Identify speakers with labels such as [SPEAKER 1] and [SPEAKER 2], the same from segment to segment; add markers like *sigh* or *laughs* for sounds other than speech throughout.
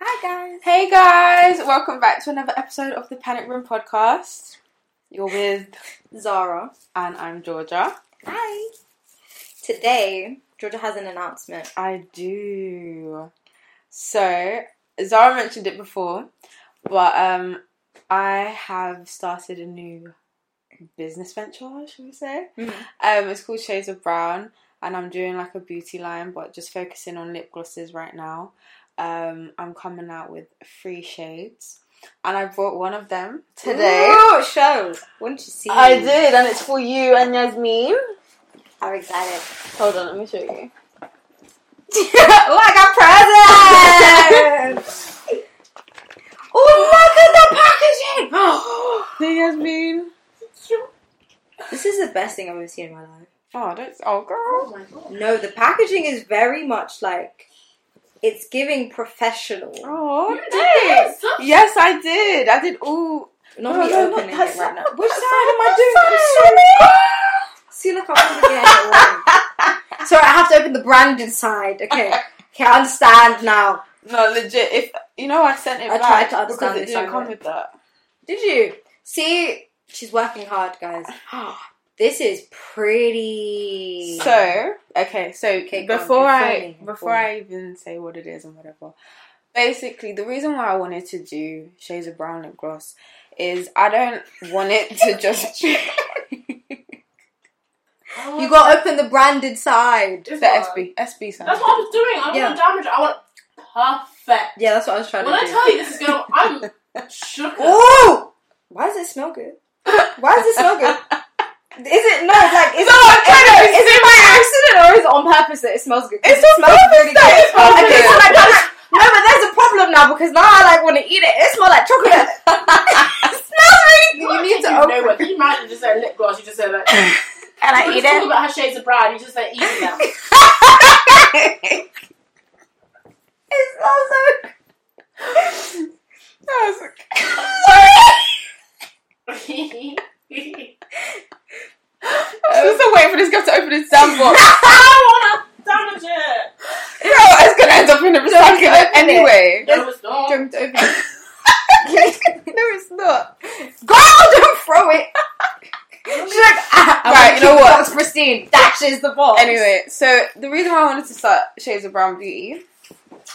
[SPEAKER 1] Hi guys.
[SPEAKER 2] Hey guys, welcome back to another episode of the Panic Room podcast. You're with,
[SPEAKER 1] Zara.
[SPEAKER 2] and I'm Georgia.
[SPEAKER 1] Hi. Today, Georgia has an announcement.
[SPEAKER 2] I do. So, Zara mentioned it before, but um, I have started a new business venture, should we say? Um, it's called Shades of Brown, and I'm doing like a beauty line, but just focusing on lip glosses right now. Um, I'm coming out with three shades, and I brought one of them today.
[SPEAKER 1] Ooh, show. Wouldn't you see?
[SPEAKER 2] I did, and it's for you and Yasmin.
[SPEAKER 1] I'm excited.
[SPEAKER 2] Hold on, let me show you.
[SPEAKER 1] oh, I got presents. *laughs* oh, look at the packaging.
[SPEAKER 2] *gasps* Hey, Yasmin.
[SPEAKER 1] this is the best thing I've ever seen in my life.
[SPEAKER 2] Oh, that's oh, girl.
[SPEAKER 3] my god.
[SPEAKER 1] No, the packaging is very much like it's giving professional.
[SPEAKER 2] Oh, thanks. Yes, I did. I did all.
[SPEAKER 1] Not
[SPEAKER 2] Oh,
[SPEAKER 1] me
[SPEAKER 2] no, not
[SPEAKER 1] opening
[SPEAKER 2] that
[SPEAKER 1] it right now.
[SPEAKER 2] side. Which side am I doing?
[SPEAKER 1] See, look, I'm over there. *laughs* Sorry, I have to open the brand inside. Okay, okay, I understand now.
[SPEAKER 2] No, legit. If you know, I sent it
[SPEAKER 1] I tried to
[SPEAKER 2] back because
[SPEAKER 1] understand
[SPEAKER 2] it
[SPEAKER 1] this
[SPEAKER 2] didn't come
[SPEAKER 1] side.
[SPEAKER 2] with *gasps* that.
[SPEAKER 1] Did you see? She's working hard, guys. This is pretty.
[SPEAKER 2] So okay, so
[SPEAKER 1] Okay, go on,
[SPEAKER 2] before
[SPEAKER 1] inform
[SPEAKER 2] I
[SPEAKER 1] me,
[SPEAKER 2] before
[SPEAKER 1] inform
[SPEAKER 2] I even say what it is and whatever, basically the reason why I wanted to do shades of brown lip gloss is I don't want it
[SPEAKER 1] *laughs*
[SPEAKER 2] to just be
[SPEAKER 1] you got to open the branded side.
[SPEAKER 2] the
[SPEAKER 3] This one.
[SPEAKER 2] SB SB side.
[SPEAKER 3] That's what I was doing. I don't
[SPEAKER 1] Yeah.
[SPEAKER 3] want damage. I want perfect.
[SPEAKER 1] Yeah, that's what I was trying
[SPEAKER 3] When
[SPEAKER 1] to
[SPEAKER 3] I
[SPEAKER 1] do.
[SPEAKER 3] tell you this is going, I'm shook.
[SPEAKER 1] Ooh! Why does it smell
[SPEAKER 3] *laughs*
[SPEAKER 1] good? Why does it smell
[SPEAKER 2] *laughs*
[SPEAKER 1] good? Is it *laughs* no? Like, is it,
[SPEAKER 2] trying to
[SPEAKER 1] is it by accident or is it on purpose that it smells good? 'Cause
[SPEAKER 2] It's
[SPEAKER 1] it
[SPEAKER 2] on
[SPEAKER 1] smells
[SPEAKER 2] purpose
[SPEAKER 1] really
[SPEAKER 2] that
[SPEAKER 1] good.
[SPEAKER 2] it smells
[SPEAKER 1] okay,
[SPEAKER 2] good.
[SPEAKER 1] so like, I'm like, no, but there's a problem now because now I like want to eat it. It smells like *laughs* chocolate. it smells really good. You
[SPEAKER 3] I don't
[SPEAKER 1] need
[SPEAKER 3] think
[SPEAKER 1] to
[SPEAKER 3] you know
[SPEAKER 1] open
[SPEAKER 3] what- You might have just said lip gloss. You just said
[SPEAKER 1] *laughs*
[SPEAKER 3] like. And
[SPEAKER 1] and I eat *laughs*
[SPEAKER 3] Talk
[SPEAKER 1] it.
[SPEAKER 3] about her shades of brown. You just said
[SPEAKER 1] *laughs*
[SPEAKER 3] easy now. *laughs*
[SPEAKER 1] it smells so good.
[SPEAKER 2] I was still waiting for this girl to open its *laughs*
[SPEAKER 1] *laughs*
[SPEAKER 2] damn box.
[SPEAKER 3] I don't want to damage it.
[SPEAKER 2] Bro, it's gonna end up in a recycler
[SPEAKER 1] open it.
[SPEAKER 2] anyway.
[SPEAKER 3] No, it's not.
[SPEAKER 1] Don't open *laughs* it.
[SPEAKER 2] *laughs* no, it's not.
[SPEAKER 1] Go! Don't throw it. She's like, *laughs* ah, I
[SPEAKER 2] Right,
[SPEAKER 1] wanna
[SPEAKER 2] you know
[SPEAKER 1] keep the
[SPEAKER 2] what?
[SPEAKER 1] box pristine. Dashes the box.
[SPEAKER 2] Anyway, so the reason why I wanted to start Shades of Brown Beauty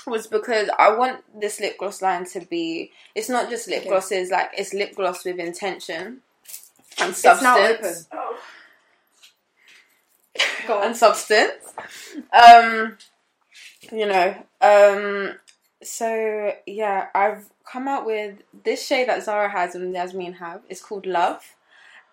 [SPEAKER 2] was because I want this lip gloss line to be. It's not just lip
[SPEAKER 1] Okay.
[SPEAKER 2] glosses, like it's lip gloss with intention and
[SPEAKER 1] it's
[SPEAKER 2] substance.
[SPEAKER 1] now open.
[SPEAKER 3] Oh.
[SPEAKER 1] Go on.
[SPEAKER 2] and substance. Um, you know, um, so yeah, I've come out with this shade that Zara has and Yasmin have. It's called Love,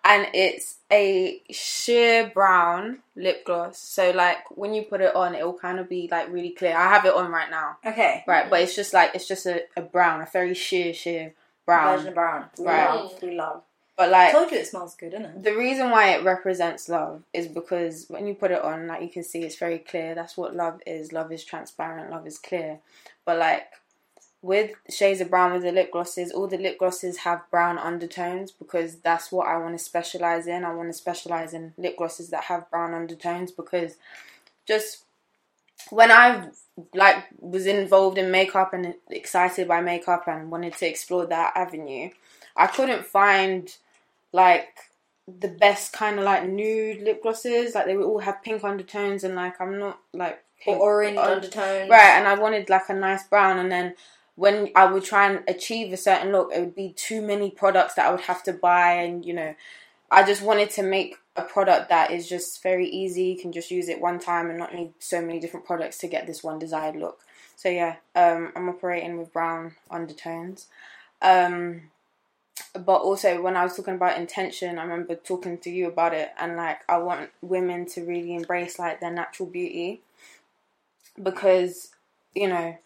[SPEAKER 2] and it's a sheer brown lip gloss. So like when you put it on, it will kind of be like really clear. I have it on right now,
[SPEAKER 1] Okay.
[SPEAKER 2] right? But it's just like it's just a, a brown, a very sheer, sheer
[SPEAKER 1] Virgin
[SPEAKER 2] brown.
[SPEAKER 1] brown. We
[SPEAKER 2] Right.
[SPEAKER 1] love. We love.
[SPEAKER 2] But
[SPEAKER 1] I
[SPEAKER 2] like
[SPEAKER 1] told you it smells good, innit?
[SPEAKER 2] the reason why it represents love is because when you put it on, like you can see, it's very clear. That's what love is. Love is transparent. Love is clear. But like with shades of brown with the lip glosses, all the lip glosses have brown undertones because that's what I want to specialize in. I want to specialize in lip glosses that have brown undertones because just when I like was involved in makeup and excited by makeup and wanted to explore that avenue, I couldn't find like the best kind of like nude lip glosses. Like they would all have pink undertones and like I'm not like
[SPEAKER 1] Or
[SPEAKER 2] pink
[SPEAKER 1] orange
[SPEAKER 2] undertones.
[SPEAKER 1] undertones.
[SPEAKER 2] Right, and I wanted like a nice brown, and then when I would try and achieve a certain look, it would be too many products that I would have to buy, and you know, I just wanted to make a product that is just very easy. You can just use it one time and not need so many different products to get this one desired look. So yeah, um, I'm operating with brown undertones. Um, but also when I was talking about intention, I remember talking to you about it, and like I want women to really embrace like their natural beauty because you know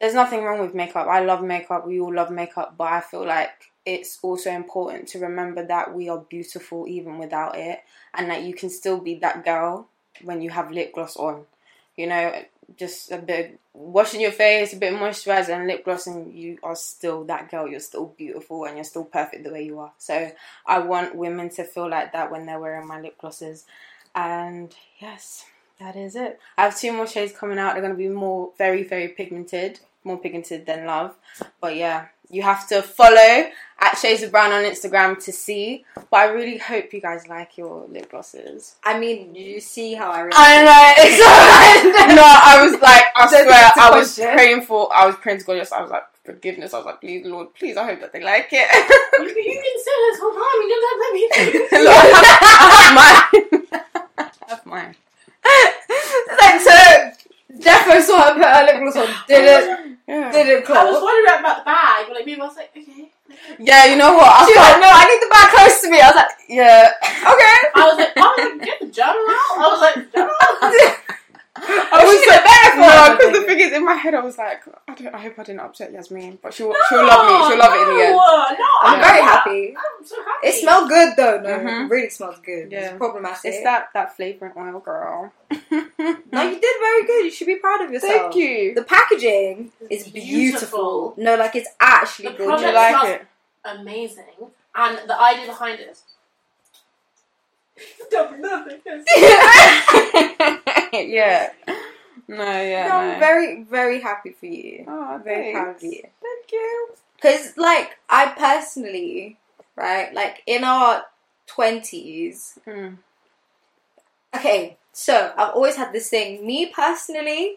[SPEAKER 2] there's nothing wrong with makeup. I love makeup. We all love makeup, but I feel like it's also important to remember that we are beautiful even without it, and that you can still be that girl when you have lip gloss on. You know, just a bit of washing your face, a bit of moisturizer, and lip gloss, and you are still that girl. You're still beautiful and you're still perfect the way you are. So I want women to feel like that when they're wearing my lip glosses. And yes, that is it. I have two more shades coming out. They're going to be more very, very pigmented. more pigmented than love. But yeah, you have to follow at Shades of Brown on Instagram to see. But I really hope you guys like your lip glosses.
[SPEAKER 1] I mean, you see how I really.
[SPEAKER 2] know it's no, I was like, I
[SPEAKER 1] Don't think
[SPEAKER 2] swear,
[SPEAKER 1] it's a
[SPEAKER 2] I was
[SPEAKER 1] question.
[SPEAKER 2] praying for, I was praying to God. Yes, I was like forgiveness. I was like, please, Lord, please, I hope that they like it. *laughs*
[SPEAKER 3] You, you didn't say this whole time. You
[SPEAKER 1] *laughs*
[SPEAKER 3] never let me.
[SPEAKER 2] Hello, I have mine. *laughs* I
[SPEAKER 1] *laughs*
[SPEAKER 2] have mine.
[SPEAKER 1] Like, so Defo saw her put her lip gloss on. Did it?
[SPEAKER 2] Yeah.
[SPEAKER 1] Did it
[SPEAKER 3] I was
[SPEAKER 1] close?
[SPEAKER 3] wondering about the bag. Like, people was like, okay.
[SPEAKER 2] yeah, you know what? I
[SPEAKER 1] She was
[SPEAKER 2] thought,
[SPEAKER 1] like, no, I need the bag close to me. I was like,
[SPEAKER 2] yeah.
[SPEAKER 1] okay.
[SPEAKER 3] I was like,
[SPEAKER 1] "Oh
[SPEAKER 3] I
[SPEAKER 2] *laughs*
[SPEAKER 3] was like, get the journal out. I was like, journal out.
[SPEAKER 1] *laughs*
[SPEAKER 2] I was
[SPEAKER 1] she
[SPEAKER 2] like,
[SPEAKER 1] did it for
[SPEAKER 2] no,
[SPEAKER 1] her.
[SPEAKER 2] because the thing is, in my head, I was like, I, don't, I hope I didn't upset Yasmin, but she'll she'll love me. She'll love it in the end.
[SPEAKER 3] No, no
[SPEAKER 1] I'm
[SPEAKER 2] Yeah.
[SPEAKER 1] very
[SPEAKER 3] not.
[SPEAKER 1] happy.
[SPEAKER 3] I'm so happy.
[SPEAKER 1] It smelled good though. No,
[SPEAKER 2] Mhm.
[SPEAKER 1] it really smells good.
[SPEAKER 2] Yeah.
[SPEAKER 1] Mm-hmm. It's problematic.
[SPEAKER 2] It's that that fragrant oil,
[SPEAKER 1] *laughs*
[SPEAKER 2] girl. *laughs*
[SPEAKER 1] No, you did very good. You should be proud of yourself.
[SPEAKER 2] Thank you.
[SPEAKER 1] The packaging is beautiful.
[SPEAKER 3] Beautiful.
[SPEAKER 1] No, like it's actually
[SPEAKER 3] The
[SPEAKER 2] Would
[SPEAKER 1] gorgeous.
[SPEAKER 2] you
[SPEAKER 3] product-
[SPEAKER 1] *laughs*
[SPEAKER 2] like it?
[SPEAKER 3] amazing, and the idea behind it. *laughs* Don't nothing.
[SPEAKER 1] *laughs*
[SPEAKER 2] *laughs* yeah. No,
[SPEAKER 1] No,
[SPEAKER 2] yeah. no.
[SPEAKER 1] I'm very, very happy for you.
[SPEAKER 2] oh,
[SPEAKER 1] Very proud
[SPEAKER 2] thanks.
[SPEAKER 1] of you.
[SPEAKER 2] Thank you.
[SPEAKER 1] Because, like, I personally, right, like in our 20s,
[SPEAKER 2] Mm.
[SPEAKER 1] okay, so I've always had this thing. Me personally,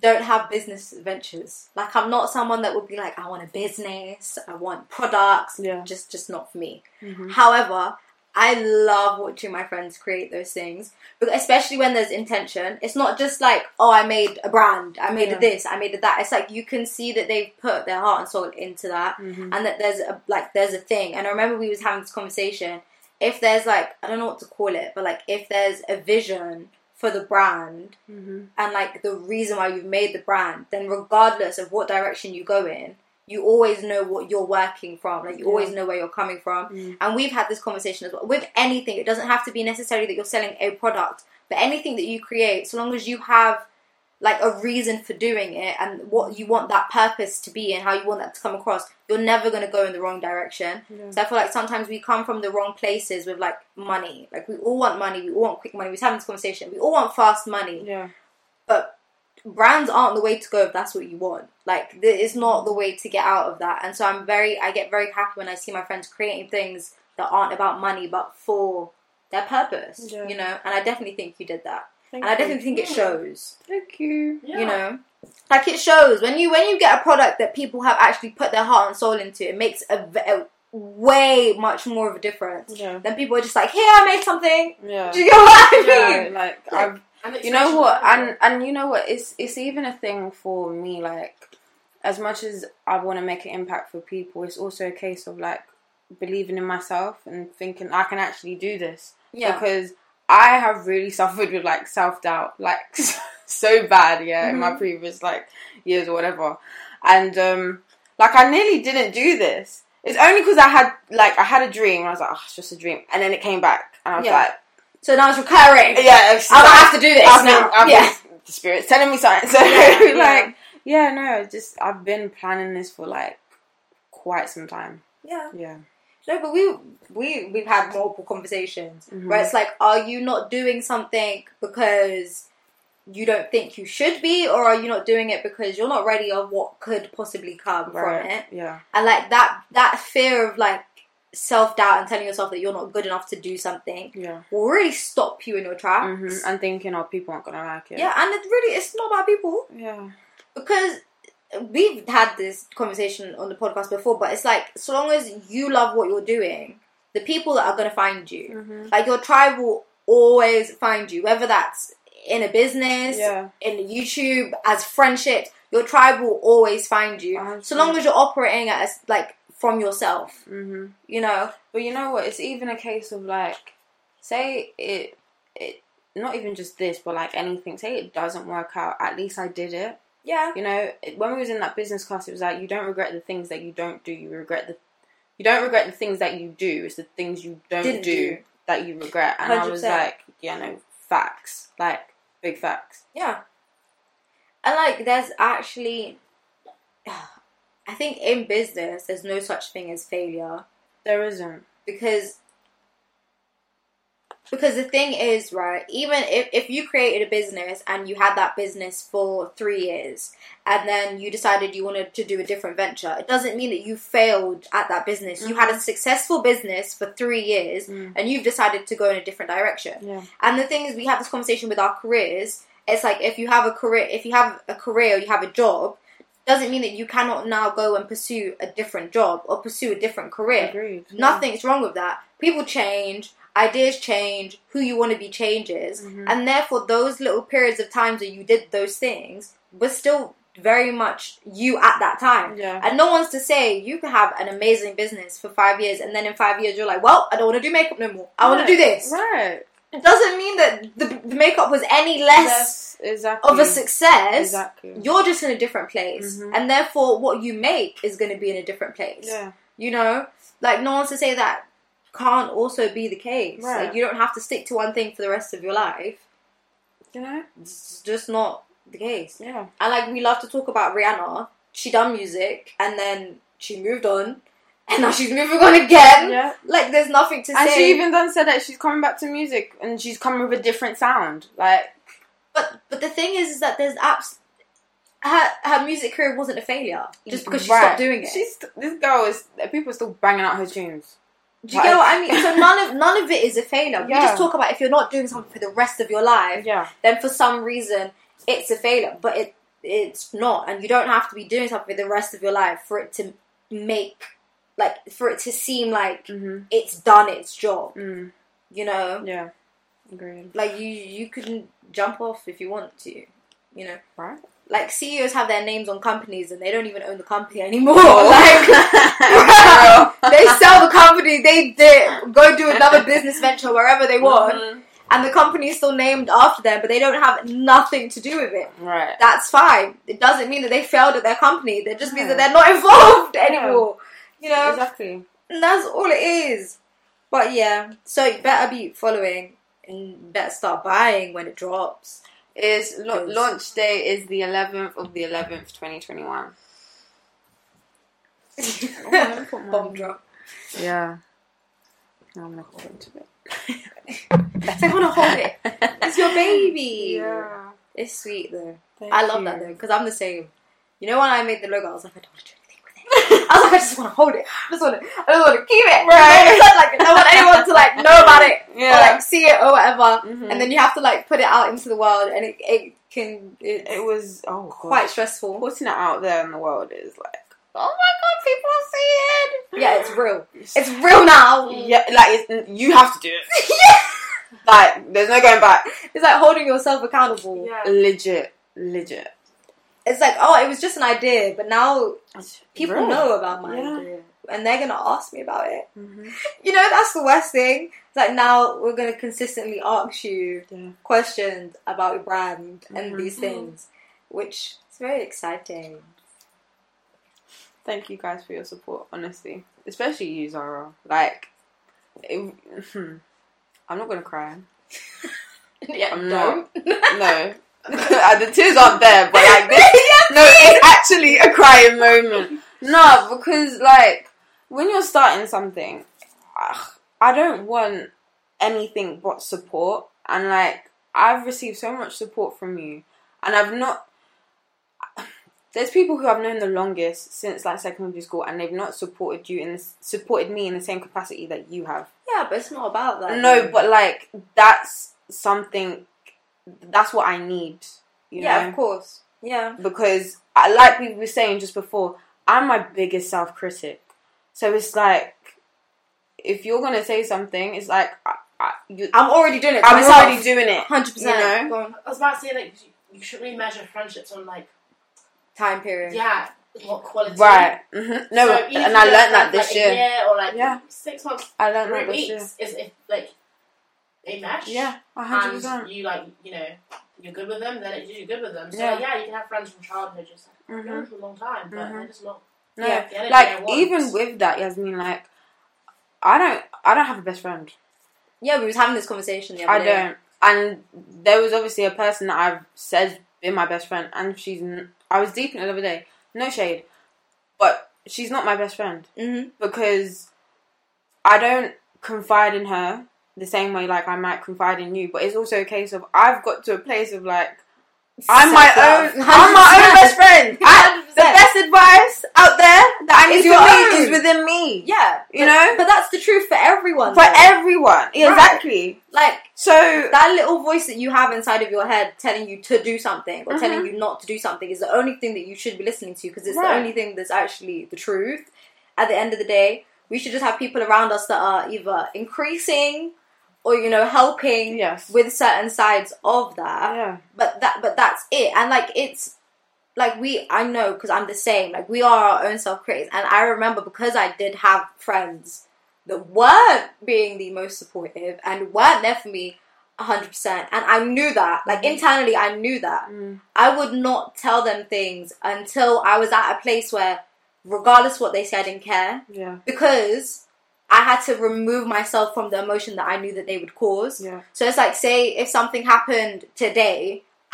[SPEAKER 1] don't have business ventures. Like, I'm not someone that would be like, I want a business, I want products.
[SPEAKER 2] Yeah.
[SPEAKER 1] Just, just not for me.
[SPEAKER 2] Mhm.
[SPEAKER 1] However, I love watching my friends create those things, but especially when there's intention. It's not just like, oh, I made a brand, I made
[SPEAKER 2] Yeah.
[SPEAKER 1] a this, I made a that. It's like you can see that they've put their heart and soul into that
[SPEAKER 2] Mhm.
[SPEAKER 1] and that there's a like there's a thing and i remember we was having this conversation if there's like i don't know what to call it but like if there's a vision for the brand
[SPEAKER 2] Mhm.
[SPEAKER 1] and like the reason why you've made the brand then regardless of what direction you go in you always know what you're working from like you always know where you're coming from
[SPEAKER 2] Mm.
[SPEAKER 1] and we've had this conversation as well with anything it doesn't have to be necessarily that you're selling a product but anything that you create so long as you have like a reason for doing it and what you want that purpose to be and how you want that to come across you're never going to go in the wrong direction
[SPEAKER 2] Yeah.
[SPEAKER 1] so i feel like sometimes we come from the wrong places with like money like we all want money we all want quick money we was having this conversation we all want fast money
[SPEAKER 2] Yeah.
[SPEAKER 1] but brands aren't the way to go if that's what you want like th- it's not the way to get out of that and so i'm very i get very happy when i see my friends creating things that aren't about money but for their purpose
[SPEAKER 2] Yeah.
[SPEAKER 1] you know and i definitely think you did that
[SPEAKER 2] Thank
[SPEAKER 1] and i
[SPEAKER 2] you.
[SPEAKER 1] definitely think it
[SPEAKER 3] Yeah.
[SPEAKER 1] shows
[SPEAKER 2] Thank you.
[SPEAKER 3] Yeah.
[SPEAKER 1] you know like it shows when you when you get a product that people have actually put their heart and soul into it makes a, v- a way much more of a difference
[SPEAKER 2] Yeah.
[SPEAKER 1] than people are just like here i made something
[SPEAKER 2] Yeah.
[SPEAKER 1] do you know what i mean
[SPEAKER 2] Yeah, like I've
[SPEAKER 3] And it's
[SPEAKER 2] you know
[SPEAKER 3] actually-
[SPEAKER 2] what and and you know what it's it's even a thing for me like as much as i want to make an impact for people it's also a case of like believing in myself and thinking i can actually do this
[SPEAKER 1] yeah
[SPEAKER 2] because i have really suffered with like self-doubt like *laughs* so bad yeah in my previous like years or whatever and um like i nearly didn't do this it's only because i had like i had a dream and i was like oh, it's just a dream and then it came back and i was
[SPEAKER 1] Yeah.
[SPEAKER 2] like
[SPEAKER 1] so now it's recurring
[SPEAKER 2] yeah it's
[SPEAKER 1] I don't
[SPEAKER 2] like-
[SPEAKER 1] have to do this
[SPEAKER 2] I've
[SPEAKER 1] now.
[SPEAKER 2] been, I've
[SPEAKER 1] yeah.
[SPEAKER 2] been- the spirit's telling me something. *laughs* So
[SPEAKER 1] Yeah, yeah.
[SPEAKER 2] like, yeah, no, just I've been planning this for like quite some time.
[SPEAKER 1] yeah.
[SPEAKER 2] Yeah,
[SPEAKER 1] No, but we we we've had multiple conversations
[SPEAKER 2] Mhm.
[SPEAKER 1] where it's like, are you not doing something because you don't think you should be, or are you not doing it because you're not ready of what could possibly come from it?
[SPEAKER 2] Yeah,
[SPEAKER 1] And like that that fear of like self doubt and telling yourself that you're not good enough to do something
[SPEAKER 2] yeah.
[SPEAKER 1] will really stop you in your tracks.
[SPEAKER 2] hmm And thinking, oh, people aren't gonna like it.
[SPEAKER 1] Mm-hmm. Yeah, and it really it's not about people.
[SPEAKER 2] yeah,
[SPEAKER 1] because we've had this conversation on the podcast before, but it's like so long as you love what you're doing, the people that are going to find you,
[SPEAKER 2] Mhm.
[SPEAKER 1] like your tribe will always find you, whether that's in a business,
[SPEAKER 2] yeah.
[SPEAKER 1] in YouTube, as friendships, your tribe will always find you,
[SPEAKER 2] I
[SPEAKER 1] so long
[SPEAKER 2] see.
[SPEAKER 1] as you're operating as like from yourself,
[SPEAKER 2] hmm
[SPEAKER 1] you know.
[SPEAKER 2] But you know what? It's even a case of like, say it, it. Not even just this, but like anything. Say it doesn't work out. At least I did it.
[SPEAKER 1] Yeah,
[SPEAKER 2] You know, it- when we was in that business class, it was like you don't regret the things that you don't do. You regret the, you don't regret the things that you do. It's the things you don't do
[SPEAKER 1] Didn't do.
[SPEAKER 2] that you regret. And I was
[SPEAKER 1] 100%.
[SPEAKER 2] like, yeah, no facts, like big facts.
[SPEAKER 1] yeah, and like there's actually. *sighs* I think in business, there's no such thing as failure.
[SPEAKER 2] There isn't.
[SPEAKER 1] because Because the thing is, right, even if, if you created a business and you had that business for three years and then you decided you wanted to do a different venture, it doesn't mean that you failed at that business. You had a successful business for three years
[SPEAKER 2] Mm.
[SPEAKER 1] and you've decided to go in a different direction.
[SPEAKER 2] Yeah.
[SPEAKER 1] And the thing is, we have this conversation with our careers. It's like if you have a career, if you have a career or you have a job, doesn't mean that you cannot now go and pursue a different job or pursue a different career.
[SPEAKER 2] Agreed.
[SPEAKER 1] Nothing's wrong with that. People change, ideas change, who you want to be changes,
[SPEAKER 2] Mm-hmm.
[SPEAKER 1] and therefore those little periods of times that you did those things were still very much you at that time.
[SPEAKER 2] Yeah.
[SPEAKER 1] And no one's to say you can have an amazing business for five years, and then in five years you're like, well, I don't want to do makeup no more. I want to do this.
[SPEAKER 2] Right.
[SPEAKER 1] It doesn't mean that the, the makeup was any less
[SPEAKER 2] Yes. Exactly.
[SPEAKER 1] of a success.
[SPEAKER 2] Exactly.
[SPEAKER 1] You're just in a different place,
[SPEAKER 2] Mhm.
[SPEAKER 1] and therefore what you make is going to be in a different place.
[SPEAKER 2] Yeah.
[SPEAKER 1] You know, like no one's to say that can't also be the case.
[SPEAKER 2] Right.
[SPEAKER 1] Like you don't have to stick to one thing for the rest of your life.
[SPEAKER 2] You know.
[SPEAKER 1] It's just not the case.
[SPEAKER 2] Yeah.
[SPEAKER 1] And like we love to talk about Rihanna. She done music and then she moved on, *laughs* and now she's moving on again.
[SPEAKER 2] Yeah.
[SPEAKER 1] Like there's nothing to
[SPEAKER 2] And
[SPEAKER 1] say.
[SPEAKER 2] she even done said that she's coming back to music and she's coming with a different sound. Like
[SPEAKER 1] But but the thing is, is that there's apps. Her her music career wasn't a failure just because she
[SPEAKER 2] Right.
[SPEAKER 1] stopped doing it.
[SPEAKER 2] She's this girl is people are still banging out her tunes.
[SPEAKER 1] Do you get what I mean? So none of none of it is a failure. We
[SPEAKER 2] Yeah.
[SPEAKER 1] just talk about if you're not doing something for the rest of your life,
[SPEAKER 2] Yeah.
[SPEAKER 1] then for some reason it's a failure. But it it's not, and you don't have to be doing something for the rest of your life for it to make like for it to seem like
[SPEAKER 2] Mhm.
[SPEAKER 1] it's done its job.
[SPEAKER 2] Mm.
[SPEAKER 1] You know,
[SPEAKER 2] Yeah. Agreed.
[SPEAKER 1] like you you can jump off if you want to. You know,
[SPEAKER 2] Right.
[SPEAKER 1] like CEOs have their names on companies and they don't even own the company anymore. *laughs*
[SPEAKER 2] *laughs*
[SPEAKER 1] Like they sell the company, they, they go do another business venture wherever they want,
[SPEAKER 2] *laughs* Mm-hmm.
[SPEAKER 1] and the company is still named after them, but they don't have nothing to do with it.
[SPEAKER 2] Right.
[SPEAKER 1] That's fine. It doesn't mean that they failed at their company. That just means that
[SPEAKER 2] Yeah.
[SPEAKER 1] they're not *laughs* involved
[SPEAKER 2] Yeah.
[SPEAKER 1] anymore. You know,
[SPEAKER 2] Exactly.
[SPEAKER 1] and that's all it is. But yeah, so you better be following and better start buying when it
[SPEAKER 2] *laughs*
[SPEAKER 1] drops.
[SPEAKER 2] Is la-
[SPEAKER 1] Yes.
[SPEAKER 2] launch day is the eleventh of the eleventh, twenty twenty one. Oh,
[SPEAKER 1] *laughs* Bomb drop.
[SPEAKER 2] Yeah. I'm gonna hold on to it.
[SPEAKER 1] I want to hold it.
[SPEAKER 2] *laughs*
[SPEAKER 1] It's your baby.
[SPEAKER 2] Yeah.
[SPEAKER 1] It's sweet though. I love that though because I'm the same. You know when I made the logo, I was like, I don't want to do anything with it. *laughs* I was like, I just want to hold it. I just want to, I just want to keep it.
[SPEAKER 2] Right.
[SPEAKER 1] It's not *laughs* like I don't want anyone to like know about it
[SPEAKER 2] Yeah.
[SPEAKER 1] or like see it or whatever.
[SPEAKER 2] Mhm.
[SPEAKER 1] And then you have to like put it out into the world, and it, it can it's
[SPEAKER 2] it was oh
[SPEAKER 1] quite stressful.
[SPEAKER 2] putting it out there in the world is like oh my god, people are seeing.
[SPEAKER 1] Yeah, it's
[SPEAKER 2] *laughs*
[SPEAKER 1] real. It's real now.
[SPEAKER 2] Yeah, like it's, you have to do it.
[SPEAKER 1] *laughs*
[SPEAKER 2] Like there's no going back.
[SPEAKER 1] It's like holding yourself accountable.
[SPEAKER 2] *laughs*
[SPEAKER 3] Yeah.
[SPEAKER 2] Legit, legit.
[SPEAKER 1] It's like, oh, it was just an idea, but now people
[SPEAKER 2] Real.
[SPEAKER 1] know about my
[SPEAKER 2] Yeah.
[SPEAKER 1] idea, and they're gonna ask me about it.
[SPEAKER 2] Mhm.
[SPEAKER 1] You know, that's the worst thing. It's like now we're gonna consistently ask you
[SPEAKER 2] Yeah.
[SPEAKER 1] questions about your brand and
[SPEAKER 2] Mhm.
[SPEAKER 1] these things, which is very
[SPEAKER 2] *laughs*
[SPEAKER 1] exciting.
[SPEAKER 2] Thank you guys for your support, honestly, especially you, Zara. Like, it, hmm. I'm not gonna cry.
[SPEAKER 1] yeah,
[SPEAKER 3] Um,
[SPEAKER 2] I'm
[SPEAKER 1] don't.
[SPEAKER 2] No, *laughs* the tears aren't there,
[SPEAKER 1] *laughs*
[SPEAKER 2] but like this. No, it's actually a crying moment. No, because like when you're starting something, ugh, I don't want anything but support. And like I've received so much support from you, and I've not. There's people who I've known the longest since like secondary school, and they've not supported you in this, supported me in the same capacity that you have.
[SPEAKER 1] yeah, but it's not about that.
[SPEAKER 2] No, but like that's something. That's what I need. You
[SPEAKER 1] yeah,
[SPEAKER 2] know?
[SPEAKER 1] of course. Yeah,
[SPEAKER 2] because I, like we were saying just before, I'm my biggest self critic. So it's like, if you're gonna say something, it's like I, I, you,
[SPEAKER 1] I'm already doing it.
[SPEAKER 2] I'm already doing it.
[SPEAKER 1] hundred
[SPEAKER 2] you know?
[SPEAKER 1] percent. Go on.
[SPEAKER 3] I was about to say like you- you should really measure friendships on like
[SPEAKER 1] Time period.
[SPEAKER 3] yeah what quality
[SPEAKER 2] Right. hmm No,
[SPEAKER 3] So even
[SPEAKER 2] and I
[SPEAKER 3] if
[SPEAKER 2] learned that this
[SPEAKER 3] that's, like,
[SPEAKER 2] year.
[SPEAKER 3] a year or like
[SPEAKER 2] Yeah.
[SPEAKER 3] six months
[SPEAKER 2] I learned
[SPEAKER 3] three
[SPEAKER 2] that this year.
[SPEAKER 3] weeks is if like they match
[SPEAKER 2] Yeah, a hundred
[SPEAKER 3] and
[SPEAKER 2] percent.
[SPEAKER 3] you like you know you're good with them then you're good with them so
[SPEAKER 2] Yeah.
[SPEAKER 3] like, yeah you can have friends from childhood just like
[SPEAKER 2] Mhm.
[SPEAKER 3] known for a long time but they're just not
[SPEAKER 2] No,
[SPEAKER 1] Yeah.
[SPEAKER 3] the energy I
[SPEAKER 2] like
[SPEAKER 3] want.
[SPEAKER 2] even with that, Yasmin, like I don't, I don't have a best friend.
[SPEAKER 1] Yeah, we was having this conversation the
[SPEAKER 2] I
[SPEAKER 1] other day.
[SPEAKER 2] don't. And there was obviously a person that I've said been my best friend, and she's. n- I was deep in it the other day. No shade, but she's not my best friend
[SPEAKER 1] Mm-hmm.
[SPEAKER 2] because I don't confide in her the same way like I might confide in you, but it's also a case of I've got to a place of like
[SPEAKER 1] *laughs*
[SPEAKER 2] I'm my
[SPEAKER 1] Self-love.
[SPEAKER 2] own I'm my own best
[SPEAKER 1] *laughs*
[SPEAKER 2] friend. I, the
[SPEAKER 1] 100%.
[SPEAKER 2] best advice out there that I
[SPEAKER 1] Is
[SPEAKER 2] need
[SPEAKER 1] your
[SPEAKER 2] to
[SPEAKER 1] own.
[SPEAKER 2] meet is within me.
[SPEAKER 1] Yeah, but-
[SPEAKER 2] You know?
[SPEAKER 1] But that's the truth for everyone.
[SPEAKER 2] For
[SPEAKER 1] though.
[SPEAKER 2] everyone. Exactly.
[SPEAKER 1] like
[SPEAKER 2] So
[SPEAKER 1] that little voice that you have inside of your head telling you to do something or telling
[SPEAKER 2] Mhm.
[SPEAKER 1] you not to do something is the only thing that you should be listening to because it's the
[SPEAKER 2] Right.
[SPEAKER 1] only thing that's actually the truth. At the end of the day, we should just have people around us that are either increasing or you know helping
[SPEAKER 2] yes.
[SPEAKER 1] with certain sides of that
[SPEAKER 2] yeah.
[SPEAKER 1] but that but that's it and like it's like we i know because i'm the same like we are our own self-critics and i remember because i did have friends that weren't being the most supportive and weren't there for me 100% and i knew that like
[SPEAKER 2] Mhm.
[SPEAKER 1] internally i knew that
[SPEAKER 2] Mm,
[SPEAKER 1] i would not tell them things until i was at a place where regardless what they said i didn't care
[SPEAKER 2] yeah.
[SPEAKER 1] because i had to remove myself from the emotion that i knew that they would cause
[SPEAKER 2] Yeah.
[SPEAKER 1] so it's like, say, if something happened today,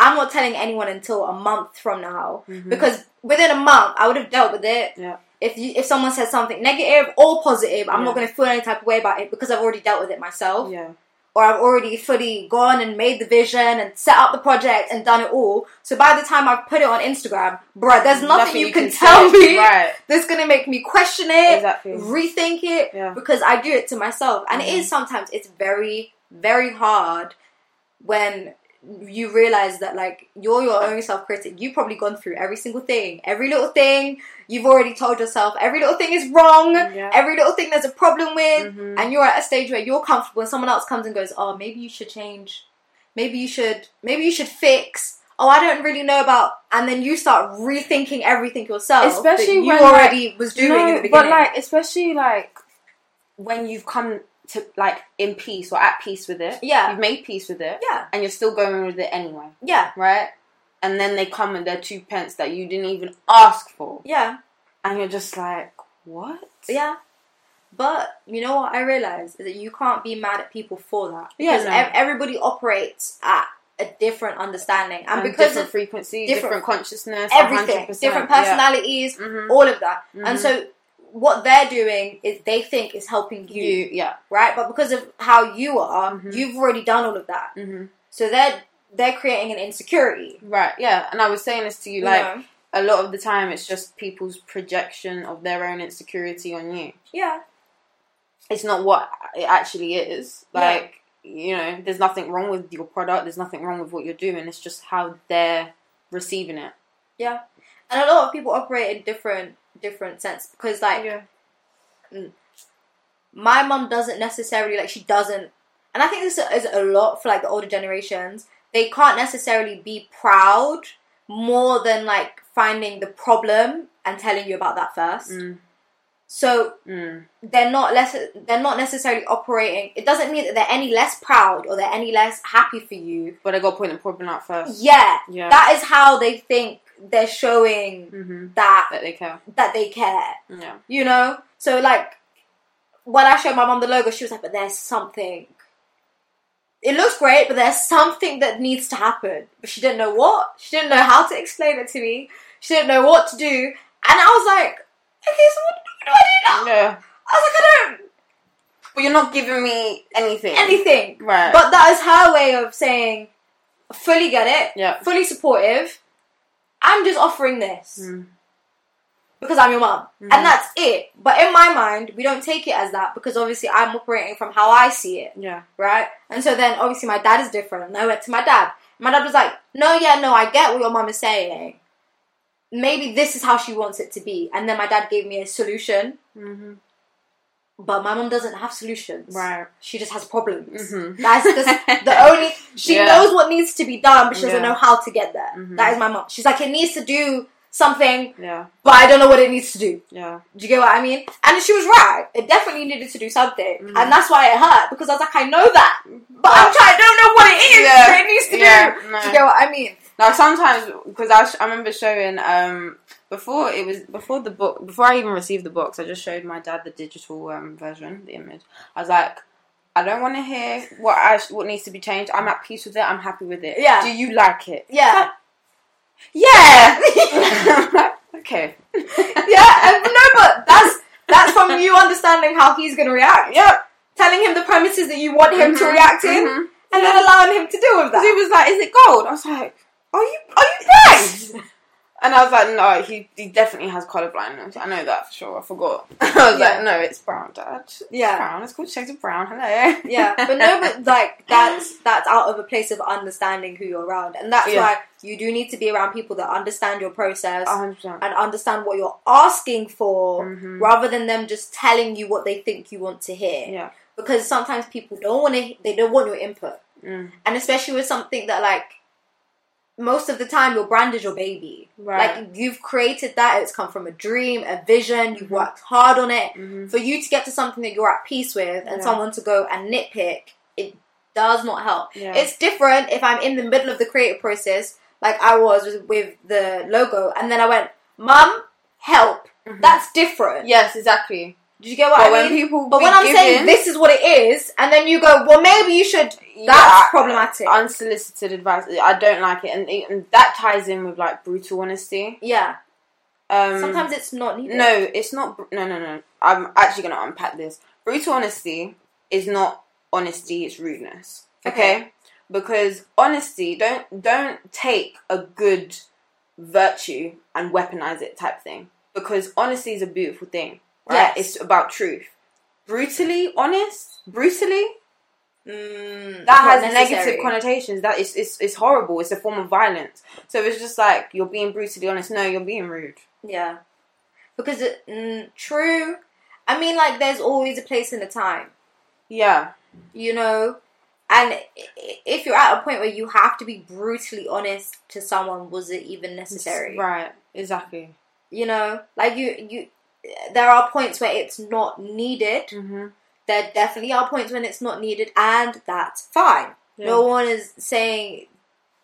[SPEAKER 1] I'm not telling anyone until a month from now
[SPEAKER 2] Mm-hmm.
[SPEAKER 1] because within a month I would have dealt with it.
[SPEAKER 2] Mm. Yeah.
[SPEAKER 1] If you, if someone says something negative or positive, I'm not
[SPEAKER 2] Yeah.
[SPEAKER 1] going to feel any type of way about it because I've already dealt with it myself,
[SPEAKER 2] yeah.
[SPEAKER 1] or I've already fully gone and made the vision and set up the project and done it all. So by the time I put it on Instagram, bruh, there's nothing, you, can, tell
[SPEAKER 2] say.
[SPEAKER 1] me
[SPEAKER 2] *laughs* Right.
[SPEAKER 1] that's going to make me question it
[SPEAKER 2] Exactly.
[SPEAKER 1] rethink it
[SPEAKER 2] Yeah.
[SPEAKER 1] because I do it to myself. And it
[SPEAKER 2] Mhm.
[SPEAKER 1] is sometimes it's very, very hard when you realize that like you're your own self critic. You've probably gone through every single thing, every little thing. You've already told yourself every little thing is wrong,
[SPEAKER 2] Yeah.
[SPEAKER 1] every little thing there's a problem with.
[SPEAKER 2] Mhm.
[SPEAKER 1] And you're at a stage where you're comfortable, and someone else comes and goes, "Oh, maybe you should change. Maybe you should. Maybe you should fix." Oh, I don't really know about. And then you start rethinking everything yourself, that
[SPEAKER 2] Especially
[SPEAKER 1] you
[SPEAKER 2] when, like,
[SPEAKER 1] already was doing in the beginning.
[SPEAKER 2] but like especially like when you've come to like in peace or at peace with it.
[SPEAKER 1] Yeah.
[SPEAKER 2] You've made peace with it.
[SPEAKER 1] Yeah.
[SPEAKER 2] And you're still going with it anyway,
[SPEAKER 1] yeah,
[SPEAKER 2] right? And then they come with their two pence that you didn't even ask for.
[SPEAKER 1] yeah,
[SPEAKER 2] And you're just like, what?
[SPEAKER 1] yeah. But you know what I realized is that you can't be mad at people for that
[SPEAKER 2] Yeah,
[SPEAKER 1] because
[SPEAKER 2] no.
[SPEAKER 1] ev- everybody operates at a different understanding, and,
[SPEAKER 2] And
[SPEAKER 1] because
[SPEAKER 2] different
[SPEAKER 1] of
[SPEAKER 2] frequency,
[SPEAKER 1] different-
[SPEAKER 2] different, consciousness,
[SPEAKER 1] everything,
[SPEAKER 2] 100%,
[SPEAKER 1] different
[SPEAKER 2] yeah.
[SPEAKER 1] personalities,
[SPEAKER 2] Mhm.
[SPEAKER 1] all of that, and
[SPEAKER 2] Mhm.
[SPEAKER 1] so what they're doing is they think is helping you,
[SPEAKER 2] Mm-hmm. You, yeah.
[SPEAKER 1] right? But because of how you are,
[SPEAKER 2] Mhm.
[SPEAKER 1] you've already done all of that,
[SPEAKER 2] hmm
[SPEAKER 1] so they're they're creating an insecurity.
[SPEAKER 2] Right, yeah. And I was saying this to you,
[SPEAKER 1] You
[SPEAKER 2] like,
[SPEAKER 1] know?
[SPEAKER 2] a lot of the time it's just people's projection of their own insecurity on you.
[SPEAKER 1] yeah,
[SPEAKER 2] It's not what it actually is.
[SPEAKER 1] Yeah.
[SPEAKER 2] Like, you know, there's nothing wrong with your product, there's nothing wrong with what you're doing, it's just how they're receiving it.
[SPEAKER 1] and a lot of people operate in different different sense because like.
[SPEAKER 2] yeah.
[SPEAKER 1] my mom doesn't necessarily like she doesn't and i think this is a lot for like the older generations they can't necessarily be proud more than like finding the problem and telling you about that first
[SPEAKER 2] Mm,
[SPEAKER 1] so
[SPEAKER 2] mm,
[SPEAKER 1] they're not less they're not necessarily operating it doesn't mean that they're any less proud or they're any less happy for you
[SPEAKER 2] But I got to point the problem out first.
[SPEAKER 1] yeah
[SPEAKER 2] Yeah.
[SPEAKER 1] that is how they think they're showing
[SPEAKER 2] hmm
[SPEAKER 1] that
[SPEAKER 2] That they care.
[SPEAKER 1] that they care
[SPEAKER 2] Yeah.
[SPEAKER 1] you know so like when i showed my mom the logo she was like but there's something it looks great but there's something that needs to happen but she didn't know what she didn't know how to explain it to me she didn't know what to do and i was like okay so what do i do now i
[SPEAKER 2] Yeah.
[SPEAKER 1] was like i don't
[SPEAKER 2] But you're not giving me anything.
[SPEAKER 1] anything
[SPEAKER 2] Right.
[SPEAKER 1] but that is her way of saying fully get it
[SPEAKER 2] Yeah.
[SPEAKER 1] fully supportive i'm just offering this
[SPEAKER 2] Mm.
[SPEAKER 1] because I'm your mom.
[SPEAKER 2] Mhm.
[SPEAKER 1] And that's it. But in my mind, we don't take it as that because obviously I'm operating from how I see it,
[SPEAKER 2] Yeah.
[SPEAKER 1] right? And so then obviously my dad is different. And I went to my dad. My dad was like, no, yeah, no, I get what your mom is saying. Maybe this is how she wants it to be. And then my dad gave me a solution.
[SPEAKER 2] Mm-hmm.
[SPEAKER 1] But my mom doesn't have solutions.
[SPEAKER 2] Right.
[SPEAKER 1] She just has problems.
[SPEAKER 2] Mhm.
[SPEAKER 1] That's just
[SPEAKER 2] *laughs*
[SPEAKER 1] the only. She
[SPEAKER 2] Yeah.
[SPEAKER 1] knows what needs to be done, but she doesn't
[SPEAKER 2] Yeah.
[SPEAKER 1] know how to get there.
[SPEAKER 2] Mhm.
[SPEAKER 1] That is my mom. She's like, it needs to do something,
[SPEAKER 2] Yeah.
[SPEAKER 1] but I don't know what it needs to do.
[SPEAKER 2] Yeah.
[SPEAKER 1] Do you get what I mean? And she was right. It definitely needed to do something,
[SPEAKER 2] Mhm.
[SPEAKER 1] and that's why it hurt because I was like, I know that, but I'm
[SPEAKER 2] But-
[SPEAKER 1] trying. I don't know what it is
[SPEAKER 2] Mm-hmm. Yeah.
[SPEAKER 1] that it needs to
[SPEAKER 2] Yeah,
[SPEAKER 1] do.
[SPEAKER 2] no.
[SPEAKER 1] Do you get what I mean?
[SPEAKER 2] Now sometimes because I, sh- I remember showing um before it was before the book before I even received the box I just showed my dad the digital um, version the image I was like I don't want to hear what I sh- what needs to be changed I'm at peace with it I'm happy with it
[SPEAKER 1] Yeah.
[SPEAKER 2] do you like it *laughs*
[SPEAKER 1] Yeah,
[SPEAKER 2] yeah *laughs* okay
[SPEAKER 1] yeah. And, no, but that's that's from you understanding how he's gonna react.
[SPEAKER 2] yep
[SPEAKER 1] telling him the premises that you want him to
[SPEAKER 2] Mhm,
[SPEAKER 1] react in,
[SPEAKER 2] mhm.
[SPEAKER 1] and then allowing him to deal with
[SPEAKER 2] 'Cause
[SPEAKER 1] that.
[SPEAKER 2] he was like, "Is it gold?" I was like, "Are you are you blind?" *laughs* and I was like, "No, he he definitely has color blindness. I know that for sure. I forgot." *laughs* I was
[SPEAKER 1] Yeah.
[SPEAKER 2] like, "No, it's brown, Dad. It's
[SPEAKER 1] Yeah.
[SPEAKER 2] brown. It's called shades of brown. Hello."
[SPEAKER 1] yeah, *laughs* but no,
[SPEAKER 2] *laughs*
[SPEAKER 1] but like that's that's out of a place of understanding who you're around, and that's
[SPEAKER 2] Yeah.
[SPEAKER 1] why you do need to be around people that understand your process
[SPEAKER 2] A hundred percent.
[SPEAKER 1] and understand what you're asking for,
[SPEAKER 2] Mhm.
[SPEAKER 1] rather than them just telling you what they think you want to hear.
[SPEAKER 2] Yeah.
[SPEAKER 1] Because sometimes people don't want to, they don't want your input,
[SPEAKER 2] Mm.
[SPEAKER 1] and especially with something that like most of the time your brand is your baby.
[SPEAKER 2] Right.
[SPEAKER 1] Like you've created that, it's come from a dream, a vision.
[SPEAKER 2] Mm-hmm.
[SPEAKER 1] You've worked hard on it
[SPEAKER 2] Mhm.
[SPEAKER 1] for you to get to something that you're at peace with and
[SPEAKER 2] Yeah.
[SPEAKER 1] someone to go and nitpick, it does not help.
[SPEAKER 2] Yeah.
[SPEAKER 1] It's different if I'm in the middle of the creative process, like I was with, with the logo, and then I went, Mum, help.
[SPEAKER 2] Mhm.
[SPEAKER 1] That's different.
[SPEAKER 2] yes, exactly.
[SPEAKER 1] Did you get what
[SPEAKER 2] but
[SPEAKER 1] I
[SPEAKER 2] when
[SPEAKER 1] mean?
[SPEAKER 2] people,
[SPEAKER 1] but
[SPEAKER 2] be
[SPEAKER 1] when I'm saying
[SPEAKER 2] given-
[SPEAKER 1] this is what it is, and then you go, well, maybe you should.
[SPEAKER 2] Yeah,
[SPEAKER 1] That's
[SPEAKER 2] I-
[SPEAKER 1] problematic.
[SPEAKER 2] Unsolicited advice. I don't like it, and, and that ties in with like brutal honesty.
[SPEAKER 1] Yeah.
[SPEAKER 2] Um,
[SPEAKER 1] Sometimes it's not needed.
[SPEAKER 2] No, it's not. br- No, no, no. I'm actually going to unpack this. Brutal honesty is not honesty; it's rudeness. Okay? because honesty don't don't take a good virtue and weaponize it type thing. Because honesty is a beautiful thing, right?
[SPEAKER 1] Yes.
[SPEAKER 2] It's about truth. Brutally honest, brutally
[SPEAKER 1] Mm,
[SPEAKER 2] that
[SPEAKER 1] not
[SPEAKER 2] has
[SPEAKER 1] necessary.
[SPEAKER 2] negative connotations. That is it's it's horrible. It's a form of violence. So it's just like you're being brutally honest. No, you're being rude.
[SPEAKER 1] Yeah. Because it, mm, true. I mean, like, there's always a place and a time,
[SPEAKER 2] Yeah,
[SPEAKER 1] you know? And i- i- if you're at a point where you have to be brutally honest to someone, was it even necessary?
[SPEAKER 2] right? Exactly.
[SPEAKER 1] You know? Like, you, you, there are points where it's not needed.
[SPEAKER 2] Mm-hmm.
[SPEAKER 1] There definitely are points when it's not needed, and that's fine. No one is saying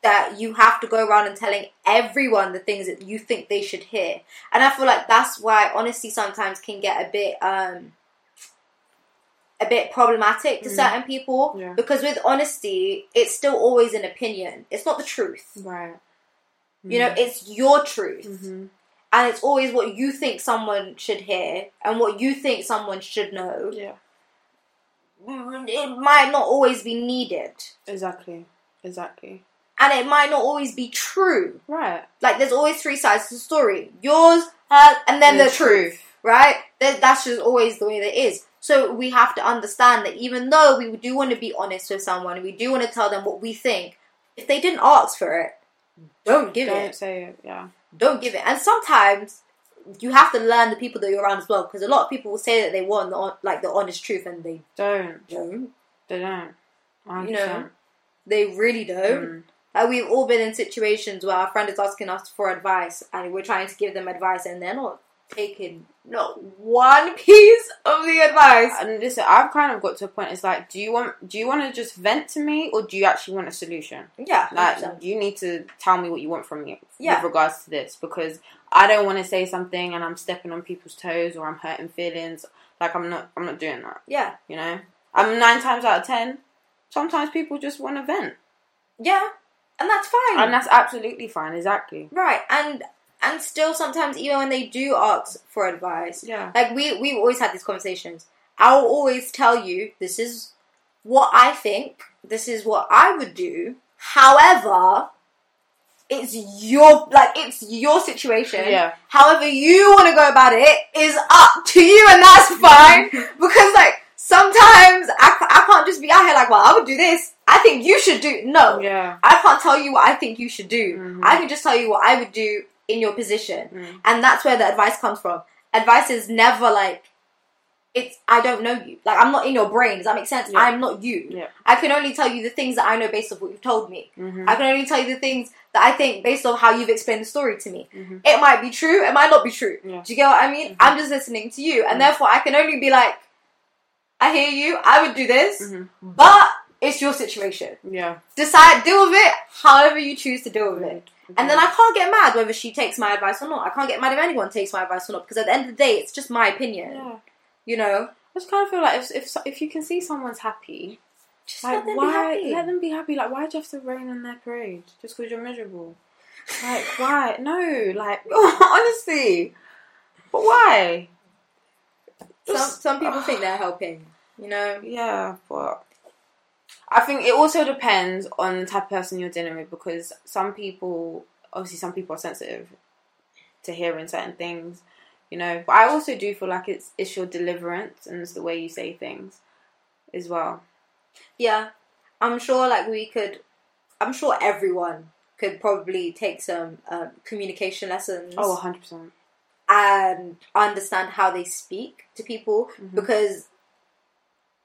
[SPEAKER 1] that you have to go around and telling everyone the things that you think they should hear. And I feel like that's why honesty sometimes can get a bit um a bit problematic to
[SPEAKER 2] Mhm.
[SPEAKER 1] certain people
[SPEAKER 2] Yeah.
[SPEAKER 1] because with honesty it's still always an opinion. It's not the truth.
[SPEAKER 2] Right.
[SPEAKER 1] You know, it's your truth.
[SPEAKER 2] Mhm.
[SPEAKER 1] And it's always what you think someone should hear and what you think someone should know.
[SPEAKER 2] Yeah.
[SPEAKER 1] It might not always be needed
[SPEAKER 2] Exactly. Exactly.
[SPEAKER 1] and it might not always be true.
[SPEAKER 2] Right.
[SPEAKER 1] Like there's always three sides to the story: yours, hers, and then the, truth. Right? That, that's just always the way that it is. So we have to understand that even though we do want to be honest with someone, we do want to tell them what we think. If they didn't ask for it, don't give
[SPEAKER 2] Don't
[SPEAKER 1] it.
[SPEAKER 2] say it. Yeah.
[SPEAKER 1] Don't give it. And sometimes you have to learn the people that you're around as well, because a lot of people will say that they want the hon- like the honest truth, and they
[SPEAKER 2] Don't.
[SPEAKER 1] don't.
[SPEAKER 2] They don't.
[SPEAKER 1] You know, They really don't.
[SPEAKER 2] Mm.
[SPEAKER 1] Like Uh, we've all been in situations where our friend is asking us for advice and we're trying to give them advice and they're not taking not one um, piece of the advice.
[SPEAKER 2] And listen, I've kind of got to a point. It's like, do you want? Do you want to just vent to me, or do you actually want a solution?
[SPEAKER 1] Yeah.
[SPEAKER 2] Like,
[SPEAKER 1] 100%.
[SPEAKER 2] you need to tell me what you want from me
[SPEAKER 1] Yeah.
[SPEAKER 2] with regards to this, because I don't want to say something and I'm stepping on people's toes or I'm hurting feelings. Like, I'm not. I'm not doing that.
[SPEAKER 1] yeah.
[SPEAKER 2] You know. I'm nine times out of ten. Sometimes people just want to vent,
[SPEAKER 1] Yeah. And that's fine.
[SPEAKER 2] and that's absolutely fine. Exactly.
[SPEAKER 1] right. And and still sometimes even when they do ask for advice,
[SPEAKER 2] Yeah.
[SPEAKER 1] like we we've always had these conversations. I'll always tell you this is what I think, this is what I would do. However, it's your like it's your situation.
[SPEAKER 2] Yeah.
[SPEAKER 1] However you want to go about it is up to you, and
[SPEAKER 2] *laughs*
[SPEAKER 1] that's fine. because like sometimes I, ca- I can't just be out here like, well, I would do this. I think you should do no.
[SPEAKER 2] Yeah.
[SPEAKER 1] I can't tell you what I think you should do.
[SPEAKER 2] Mhm.
[SPEAKER 1] I can just tell you what I would do in your position.
[SPEAKER 2] Mm.
[SPEAKER 1] And that's where the advice comes from. Advice is never like, it's, I don't know you. Like, I'm not in your brain. Does that make sense?
[SPEAKER 2] Yeah.
[SPEAKER 1] I'm not you.
[SPEAKER 2] Yeah.
[SPEAKER 1] I can only tell you the things that I know based off what you've told me.
[SPEAKER 2] Mhm.
[SPEAKER 1] I can only tell you the things that I think based off how you've explained the story to me.
[SPEAKER 2] Mhm.
[SPEAKER 1] It might be true, it might not be true.
[SPEAKER 2] Yeah. Mm-hmm.
[SPEAKER 1] Do you get what I mean?
[SPEAKER 2] Mhm.
[SPEAKER 1] I'm just listening to you. And therefore, I can only be like, I hear you, I would do this,
[SPEAKER 2] Mhm.
[SPEAKER 1] but it's your situation.
[SPEAKER 2] Yeah.
[SPEAKER 1] Decide, deal with it however you choose to deal with it. And then I can't get mad whether she takes my advice or not. I can't get mad if anyone takes my advice or not because at the end of the day, it's just my opinion.
[SPEAKER 2] Yeah.
[SPEAKER 1] You know,
[SPEAKER 2] I just kind of feel like if if, so- if you can see someone's happy,
[SPEAKER 1] just
[SPEAKER 2] like
[SPEAKER 1] let them
[SPEAKER 2] why
[SPEAKER 1] be happy.
[SPEAKER 2] let them be happy? Like why do you have to rain on their parade just because you're miserable? *laughs* Like why? No, like *laughs* honestly, but why? *sighs*
[SPEAKER 1] some some people think they're helping. you know.
[SPEAKER 2] Yeah, but I think it also depends on the type of person you're dealing with because some people, obviously, some people are sensitive to hearing certain things, you know. But I also do feel like it's it's your deliverance and it's the way you say things as well.
[SPEAKER 1] Yeah, I'm sure. Like we could, I'm sure everyone could probably take some um, communication lessons.
[SPEAKER 2] Oh, 100 percent.
[SPEAKER 1] and understand how they speak to people
[SPEAKER 2] Mhm.
[SPEAKER 1] because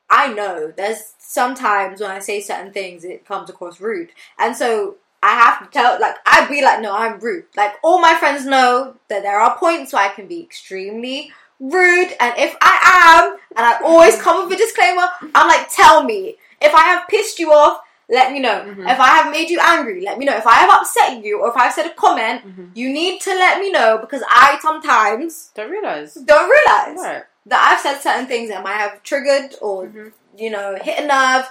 [SPEAKER 1] I know there's sometimes when I say certain things it comes across rude. And so I have to tell like I'd be like, no, I'm rude. Like all my friends know that there are points where I can be extremely rude and if I am and I always come with a disclaimer, I'm like, tell me. If I have pissed you off, let me know.
[SPEAKER 2] Mhm.
[SPEAKER 1] If I have made you angry, let me know. If I have upset you or if I've said a comment,
[SPEAKER 2] Mhm.
[SPEAKER 1] you need to let me know because I sometimes
[SPEAKER 2] Don't realize.
[SPEAKER 1] don't realize
[SPEAKER 2] Right.
[SPEAKER 1] that I've said certain things that might have triggered or
[SPEAKER 2] Mhm.
[SPEAKER 1] you know hit a nerve,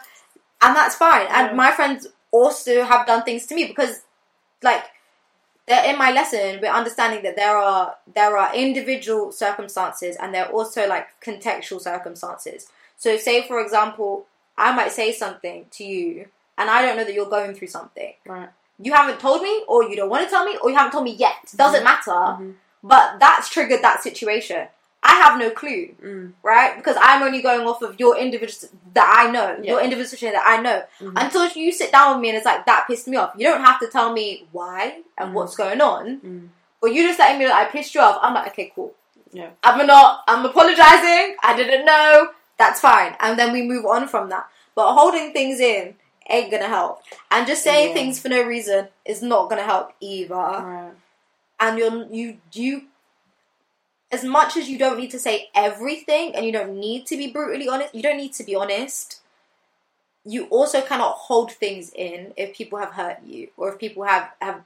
[SPEAKER 1] and that's fine.
[SPEAKER 3] Yeah.
[SPEAKER 1] And my friends also have done things to me because, like, they're in my lesson. We're understanding that there are there are individual circumstances and there are also like contextual circumstances. So, say for example, I might say something to you, and I don't know that you're going through something.
[SPEAKER 2] Right.
[SPEAKER 1] You haven't told me, or you don't want to tell me, or you haven't told me yet. Doesn't matter.
[SPEAKER 2] Mhm.
[SPEAKER 1] But that's triggered that situation. I have no clue
[SPEAKER 2] Mm.
[SPEAKER 1] right? Because I'm only going off of your individual that I know,
[SPEAKER 2] Yeah.
[SPEAKER 1] your individual situation that I know.
[SPEAKER 2] Mhm.
[SPEAKER 1] Until you sit down with me and it's like that pissed me off. You don't have to tell me why and
[SPEAKER 2] Mhm.
[SPEAKER 1] what's going on,
[SPEAKER 2] Mm.
[SPEAKER 1] but you just letting me know that I pissed you off. I'm like, okay, cool.
[SPEAKER 2] Yeah.
[SPEAKER 1] I'm not. I'm apologizing. I didn't know. That's fine. And then we move on from that. But holding things in ain't gonna help. And just saying
[SPEAKER 2] Yeah.
[SPEAKER 1] things for no reason is not gonna help either
[SPEAKER 2] Right.
[SPEAKER 1] and you're you you as much as you don't need to say everything and you don't need to be brutally honest you don't need to be honest you also cannot hold things in if people have hurt you or if people have have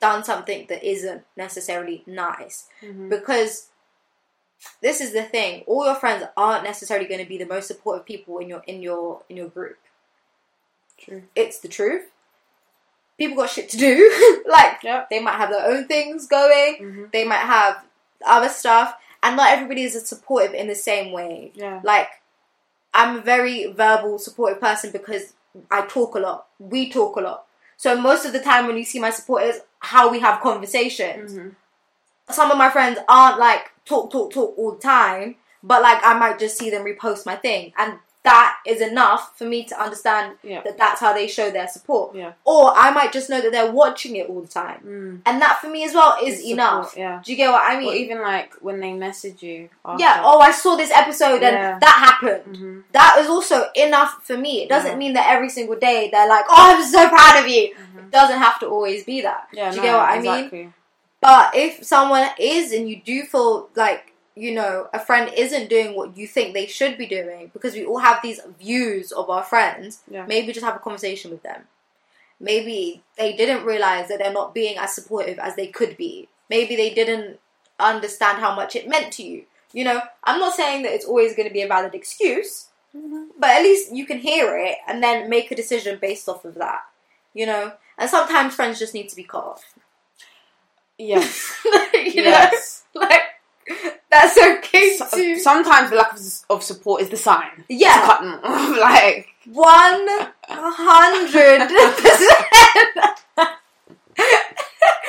[SPEAKER 1] done something that isn't necessarily nice
[SPEAKER 2] Mhm.
[SPEAKER 1] because this is the thing all your friends aren't necessarily going to be the most supportive people in your in your in your group
[SPEAKER 2] True.
[SPEAKER 1] it's the truth people got shit to do *laughs* like
[SPEAKER 2] Yep.
[SPEAKER 1] they might have their own things going
[SPEAKER 2] Mhm.
[SPEAKER 1] they might have other stuff and not everybody is as supportive in the same way
[SPEAKER 2] Yeah.
[SPEAKER 1] like i'm a very verbal supportive person because i talk a lot we talk a lot so most of the time when you see my support is how we have conversations
[SPEAKER 2] Mhm.
[SPEAKER 1] some of my friends aren't like talk talk talk all the time but like i might just see them repost my thing and that is enough for me to understand
[SPEAKER 2] Yeah.
[SPEAKER 1] that that's how they show their support
[SPEAKER 2] Yeah.
[SPEAKER 1] or i might just know that they're watching it all the time
[SPEAKER 2] Mm.
[SPEAKER 1] and that for me as well is
[SPEAKER 2] It's
[SPEAKER 1] enough
[SPEAKER 2] support, Yeah.
[SPEAKER 1] do you get what I mean?
[SPEAKER 2] or even like when they message you. After.
[SPEAKER 1] yeah. Oh, I saw this episode and
[SPEAKER 2] Yeah.
[SPEAKER 1] that happened.
[SPEAKER 2] Mhm.
[SPEAKER 1] That is also enough for me. It doesn't
[SPEAKER 2] Yeah.
[SPEAKER 1] mean that every single day they're like, "Oh, I'm so proud of you."
[SPEAKER 2] Mhm.
[SPEAKER 1] It doesn't have to always be that.
[SPEAKER 2] Yeah.
[SPEAKER 1] Do you
[SPEAKER 2] no,
[SPEAKER 1] get what I mean?
[SPEAKER 2] exactly. mean?
[SPEAKER 1] But if someone is and you do feel like, you know, a friend isn't doing what you think they should be doing, because we all have these views of our friends,
[SPEAKER 2] Yeah.
[SPEAKER 1] maybe just have a conversation with them. Maybe they didn't realize that they're not being as supportive as they could be. Maybe they didn't understand how much it meant to you. You know, I'm not saying that it's always going to be a valid excuse, but at least you can hear it and then make a decision based off of that. You know, and sometimes friends just need to be cut off.
[SPEAKER 2] Yes.
[SPEAKER 1] *laughs* you know?
[SPEAKER 2] yes.
[SPEAKER 1] like that's okay
[SPEAKER 2] So-
[SPEAKER 1] too.
[SPEAKER 2] sometimes the lack of, of support is the sign. It's
[SPEAKER 1] yeah,
[SPEAKER 2] cut them *laughs* off, like
[SPEAKER 1] one hundred percent.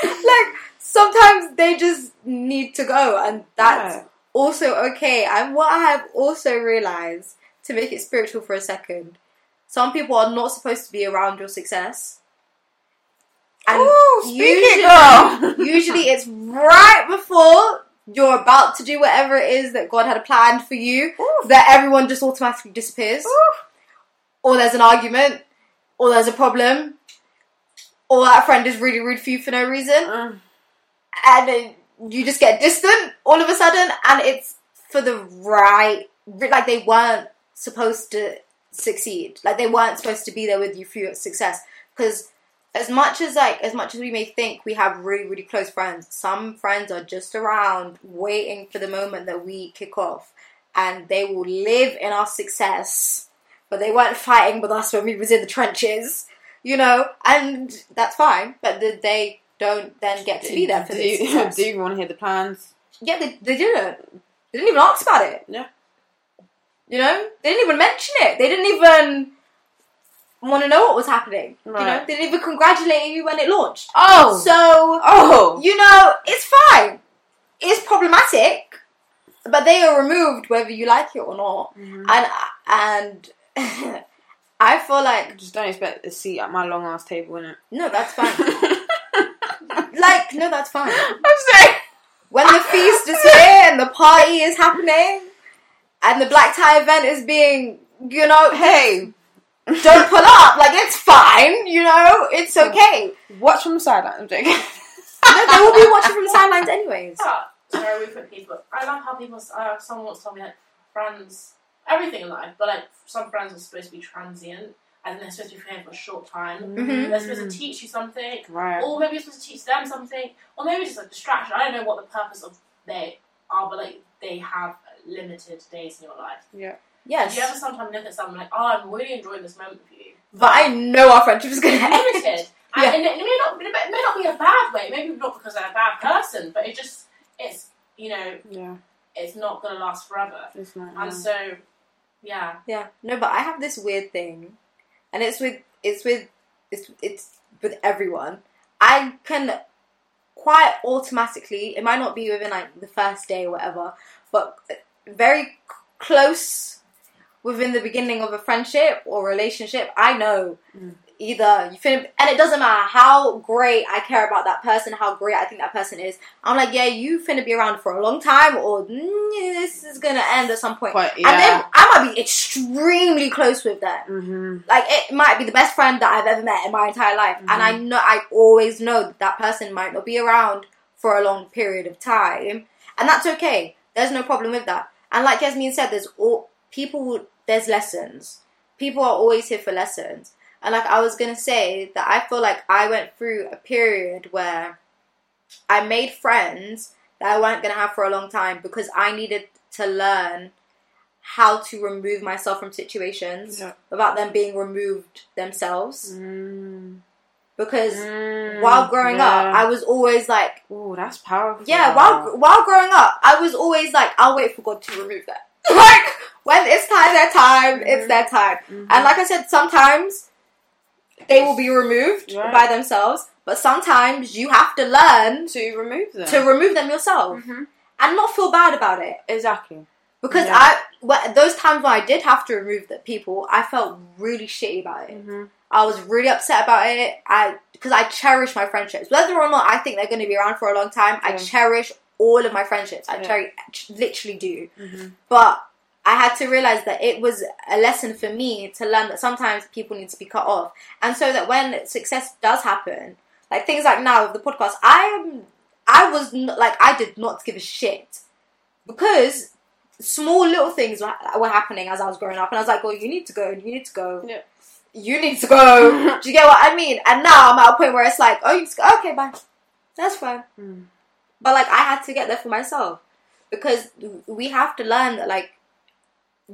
[SPEAKER 1] Like sometimes they just need to go, and that's
[SPEAKER 2] Yeah.
[SPEAKER 1] also okay. And what I have also realized to make it spiritual for a second, some people are not supposed to be around your success. And
[SPEAKER 2] Ooh, speak
[SPEAKER 1] usually-
[SPEAKER 2] it, girl.
[SPEAKER 1] *laughs* Usually it's right before you're about to do whatever it is that God had planned for you
[SPEAKER 2] Ooh.
[SPEAKER 1] that everyone just automatically disappears.
[SPEAKER 2] Ooh.
[SPEAKER 1] Or there's an argument, or there's a problem, or that friend is really rude for you for no reason,
[SPEAKER 2] Mm.
[SPEAKER 1] and then you just get distant all of a sudden, and it's for the right, like they weren't supposed to succeed, like they weren't supposed to be there with you for your success. Because as much as like as much as we may think we have really really close friends, some friends are just around waiting for the moment that we kick off, and they will live in our success, but they weren't fighting with us when we was in the trenches, you know, and that's fine. But the, they don't then get to be there for
[SPEAKER 2] uh, do,
[SPEAKER 1] this.
[SPEAKER 2] you, *laughs* do you want to hear the plans?
[SPEAKER 1] Yeah, they, they didn't. They didn't even ask about it.
[SPEAKER 2] Yeah.
[SPEAKER 1] You know, they didn't even mention it. They didn't even want to know what was happening. You know,
[SPEAKER 2] Right.
[SPEAKER 1] they didn't even congratulate you when it launched.
[SPEAKER 2] Oh,
[SPEAKER 1] So
[SPEAKER 2] oh,
[SPEAKER 1] you know, it's fine. It's problematic, but they are removed whether you like it or not.
[SPEAKER 2] Mm-hmm.
[SPEAKER 1] And and *laughs* I feel like
[SPEAKER 2] just don't expect a seat at my long ass table
[SPEAKER 1] *laughs*
[SPEAKER 2] in it.
[SPEAKER 1] no, that's
[SPEAKER 2] *laughs*
[SPEAKER 1] fine. like no, that's fine.
[SPEAKER 2] I'm saying.
[SPEAKER 1] When the feast is here and the party is happening and the black tie event is being, you know, hey, don't pull up. Like it's fine. You know, it's okay.
[SPEAKER 2] Watch from the sideline. I'm joking.
[SPEAKER 1] No, they will be watching from the sidelines anyways.
[SPEAKER 3] Ah, sorry, we put people. I love how people. s- Uh, someone once told me like friends, everything in life, but like some friends are supposed to be transient, and they're supposed to be friends for a short
[SPEAKER 1] Mm-hmm.
[SPEAKER 3] time. They're supposed to teach you something,
[SPEAKER 2] Right.
[SPEAKER 1] Oh.
[SPEAKER 3] or maybe you're supposed to teach them something, or maybe it's just a distraction. I don't know what the purpose of they are, but like they have limited days in your life. Do you ever
[SPEAKER 1] Yes,
[SPEAKER 3] sometimes look at someone like, oh, I'm really enjoying this moment with you?
[SPEAKER 1] but I know our friendship is
[SPEAKER 3] *coughs*
[SPEAKER 1] gonna end.
[SPEAKER 3] limited.
[SPEAKER 1] Yeah.
[SPEAKER 3] And, and it may not, it may not be a bad way. Maybe not because they're a bad person, but it just it's you know
[SPEAKER 2] Yeah,
[SPEAKER 3] it's not gonna last forever.
[SPEAKER 2] it's not.
[SPEAKER 3] And so yeah,
[SPEAKER 1] Yeah. No, but I have this weird thing, and it's with it's with it's it's with everyone. I can quite automatically. It might not be within like the first day or whatever, but very c- close within the beginning of a friendship or relationship. I know.
[SPEAKER 2] Mm.
[SPEAKER 1] Either you feel, and it doesn't matter how great I care about that person, how great I think that person is. I'm like, yeah, you finna be around for a long time, or mm, this is gonna end at some point.
[SPEAKER 2] Quite,
[SPEAKER 1] And
[SPEAKER 2] yeah.
[SPEAKER 1] then I might be extremely close with them.
[SPEAKER 2] mm-hmm.
[SPEAKER 1] Like it might be the best friend that I've ever met in my entire life, and I know I always know that that person might not be around for a long period of time, and that's okay. There's no problem with that. And like Yasmin said, there's all people. will- There's lessons. People are always here for lessons. And like I was gonna say that I feel like I went through a period where I made friends that I weren't gonna have for a long time because I needed to learn how to remove myself from situations
[SPEAKER 2] Yeah.
[SPEAKER 1] without them being removed themselves.
[SPEAKER 2] Mm.
[SPEAKER 1] Because while growing up, I was always like,
[SPEAKER 2] oh, that's powerful.
[SPEAKER 1] yeah. While while growing up, I was always like, I'll wait for God to remove that. *laughs* like when it's time, their time. It's their time.
[SPEAKER 2] Mhm.
[SPEAKER 1] And like I said, sometimes they will be removed
[SPEAKER 2] Right.
[SPEAKER 1] by themselves, but sometimes you have to learn
[SPEAKER 2] to remove them.
[SPEAKER 1] to remove them Mm-hmm. yourself
[SPEAKER 2] Mhm.
[SPEAKER 1] and not feel bad about it.
[SPEAKER 2] Exactly.
[SPEAKER 1] Because
[SPEAKER 2] Yeah.
[SPEAKER 1] I, well, those times when I did have to remove the people, I felt really shitty about it.
[SPEAKER 2] Mm-hmm.
[SPEAKER 1] I was really upset about it. I because I cherish my friendships, whether or not I think they're going to be around for a long time. I
[SPEAKER 2] Yeah.
[SPEAKER 1] cherish all of my friendships. I
[SPEAKER 2] Yeah.
[SPEAKER 1] cherish, literally do.
[SPEAKER 2] Mm-hmm.
[SPEAKER 1] But I had to realize that it was a lesson for me to learn that sometimes people need to be cut off, and so that when success does happen, like things like now with the podcast, I am, I was n- like I did not give a shit because small little things were, were happening as I was growing up, and I was like, well, you need to go, and you need to go,
[SPEAKER 2] Yeah.
[SPEAKER 1] you need to go. Do you get what I mean? And now I'm at a point where it's like, oh, you just go, okay, bye, that's fine.
[SPEAKER 2] Mm.
[SPEAKER 1] But like, I had to get there for myself because we have to learn that like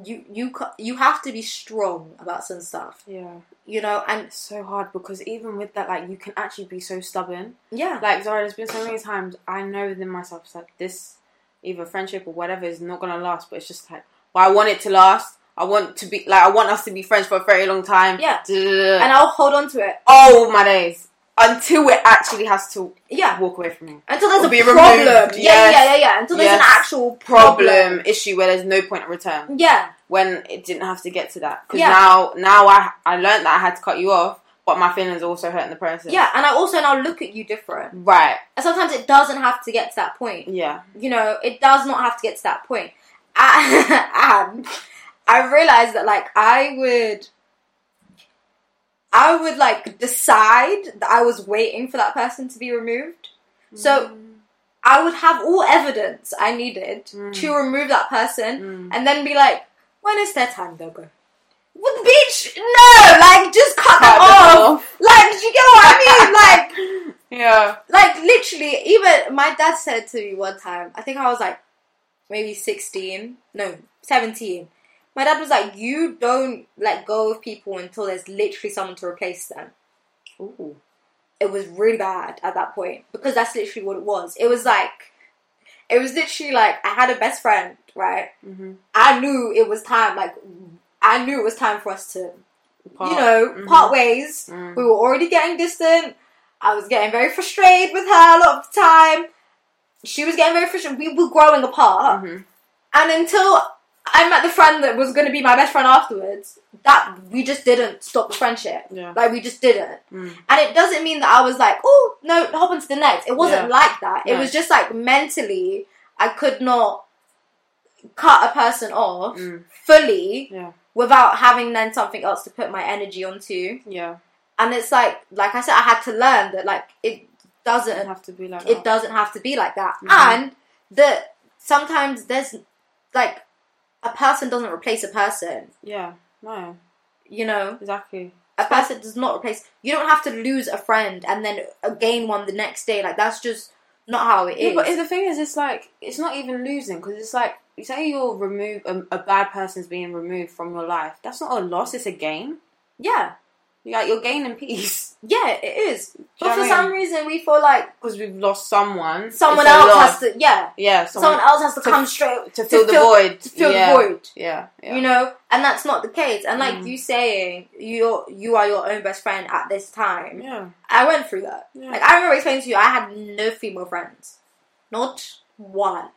[SPEAKER 1] you you ca- you have to be strong about some stuff,
[SPEAKER 2] Yeah.
[SPEAKER 1] you know, and
[SPEAKER 2] It's so hard because even with that, like, you can actually be so stubborn.
[SPEAKER 1] yeah,
[SPEAKER 2] Like, Zara, there's been so many times I know within myself, it's like, this, either friendship or whatever, is not going to last, but it's just like, well, I want it to last. I want to be, like, I want us to be friends for a very long time.
[SPEAKER 1] Yeah.
[SPEAKER 2] Da-da-da-da.
[SPEAKER 1] and I'll hold on to it.
[SPEAKER 2] oh, my days. Until it actually has to
[SPEAKER 1] Yeah,
[SPEAKER 2] walk away from me.
[SPEAKER 1] until there's
[SPEAKER 2] Or
[SPEAKER 1] a
[SPEAKER 2] be
[SPEAKER 1] problem. Yeah, yeah,
[SPEAKER 2] removed, yes.
[SPEAKER 1] yeah, yeah, yeah. Until there's
[SPEAKER 2] Yes.
[SPEAKER 1] an actual
[SPEAKER 2] Problem, issue where there's no point of return.
[SPEAKER 1] Yeah,
[SPEAKER 2] when it didn't have to get to that. Because
[SPEAKER 1] Yeah.
[SPEAKER 2] now, now I I learned that I had to cut you off, but my feelings also hurting the person.
[SPEAKER 1] yeah, and I also now look at you different.
[SPEAKER 2] Right.
[SPEAKER 1] And sometimes it doesn't have to get to that point.
[SPEAKER 2] Yeah.
[SPEAKER 1] You know, it does not have to get to that point. I, *laughs* and I realized that like I would I would like decide that I was waiting for that person to be removed. So I would have all evidence I needed
[SPEAKER 2] Mm.
[SPEAKER 1] to remove that person
[SPEAKER 2] Mm.
[SPEAKER 1] and then be like, when is their time they'll go? Well, bitch, no! Like, just cut, them off! Like, do you get what *laughs* I mean? Like,
[SPEAKER 2] Yeah.
[SPEAKER 1] like literally even my dad said to me one time i think i was like maybe 16 no 17 my dad was like you don't let go of people until there's literally someone to replace them
[SPEAKER 2] Ooh.
[SPEAKER 1] it was really bad at that point because that's literally what it was it was like It was literally like I had a best friend, right?
[SPEAKER 2] Mm-hmm.
[SPEAKER 1] I knew it was time. Like I knew it was time for us to,
[SPEAKER 2] Part.
[SPEAKER 1] you know,
[SPEAKER 2] Mhm.
[SPEAKER 1] part ways.
[SPEAKER 2] Mm.
[SPEAKER 1] We were already getting distant. I was getting very frustrated with her a lot of the time. She was getting very frustrated. We were growing apart.
[SPEAKER 2] Mhm.
[SPEAKER 1] And until I met the friend that was going to be my best friend afterwards, that we just didn't stop the friendship.
[SPEAKER 2] Yeah.
[SPEAKER 1] Like, we just didn't.
[SPEAKER 2] Mm.
[SPEAKER 1] And it doesn't mean that I was like, oh, no, hop on to the next. It wasn't like that. It
[SPEAKER 2] No.
[SPEAKER 1] was just like mentally, I could not cut a person off
[SPEAKER 2] Mm.
[SPEAKER 1] fully
[SPEAKER 2] Yeah.
[SPEAKER 1] without having then something else to put my energy onto
[SPEAKER 2] Yeah.
[SPEAKER 1] and it's like like i said i had to learn that like it
[SPEAKER 2] Doesn't
[SPEAKER 1] doesn't
[SPEAKER 2] have to be like
[SPEAKER 1] it
[SPEAKER 2] that.
[SPEAKER 1] doesn't have to be like that
[SPEAKER 2] Mhm.
[SPEAKER 1] and that sometimes there's like a person doesn't replace a person
[SPEAKER 2] Yeah. No.
[SPEAKER 1] you know
[SPEAKER 2] Exactly.
[SPEAKER 1] a person does not replace you don't have to lose a friend and then gain one the next day like that's just not how it is
[SPEAKER 2] Yeah, but the thing is, it's like it's not even losing because it's like say you're removed, a, a bad person's being removed from your life. That's not a loss; it's a gain.
[SPEAKER 1] yeah
[SPEAKER 2] You're Like you're gaining peace *laughs*
[SPEAKER 1] yeah it is
[SPEAKER 2] know
[SPEAKER 1] but for
[SPEAKER 2] what I
[SPEAKER 1] some reason we feel like
[SPEAKER 2] because we've lost someone.
[SPEAKER 1] someone
[SPEAKER 2] It's a
[SPEAKER 1] else
[SPEAKER 2] loss.
[SPEAKER 1] has to yeah
[SPEAKER 2] yeah,
[SPEAKER 1] someone,
[SPEAKER 2] someone,
[SPEAKER 1] else has to,
[SPEAKER 2] to-
[SPEAKER 1] come straight
[SPEAKER 2] to fill the
[SPEAKER 1] fill-
[SPEAKER 2] void.
[SPEAKER 1] to fill
[SPEAKER 2] yeah.
[SPEAKER 1] the void
[SPEAKER 2] Yeah, yeah.
[SPEAKER 1] you know and that's not the case and like
[SPEAKER 2] Mm.
[SPEAKER 1] you saying you're you are your own best friend at this time
[SPEAKER 2] yeah,
[SPEAKER 1] i went through that
[SPEAKER 2] yeah.
[SPEAKER 1] like i remember explaining to you i had no female friends not one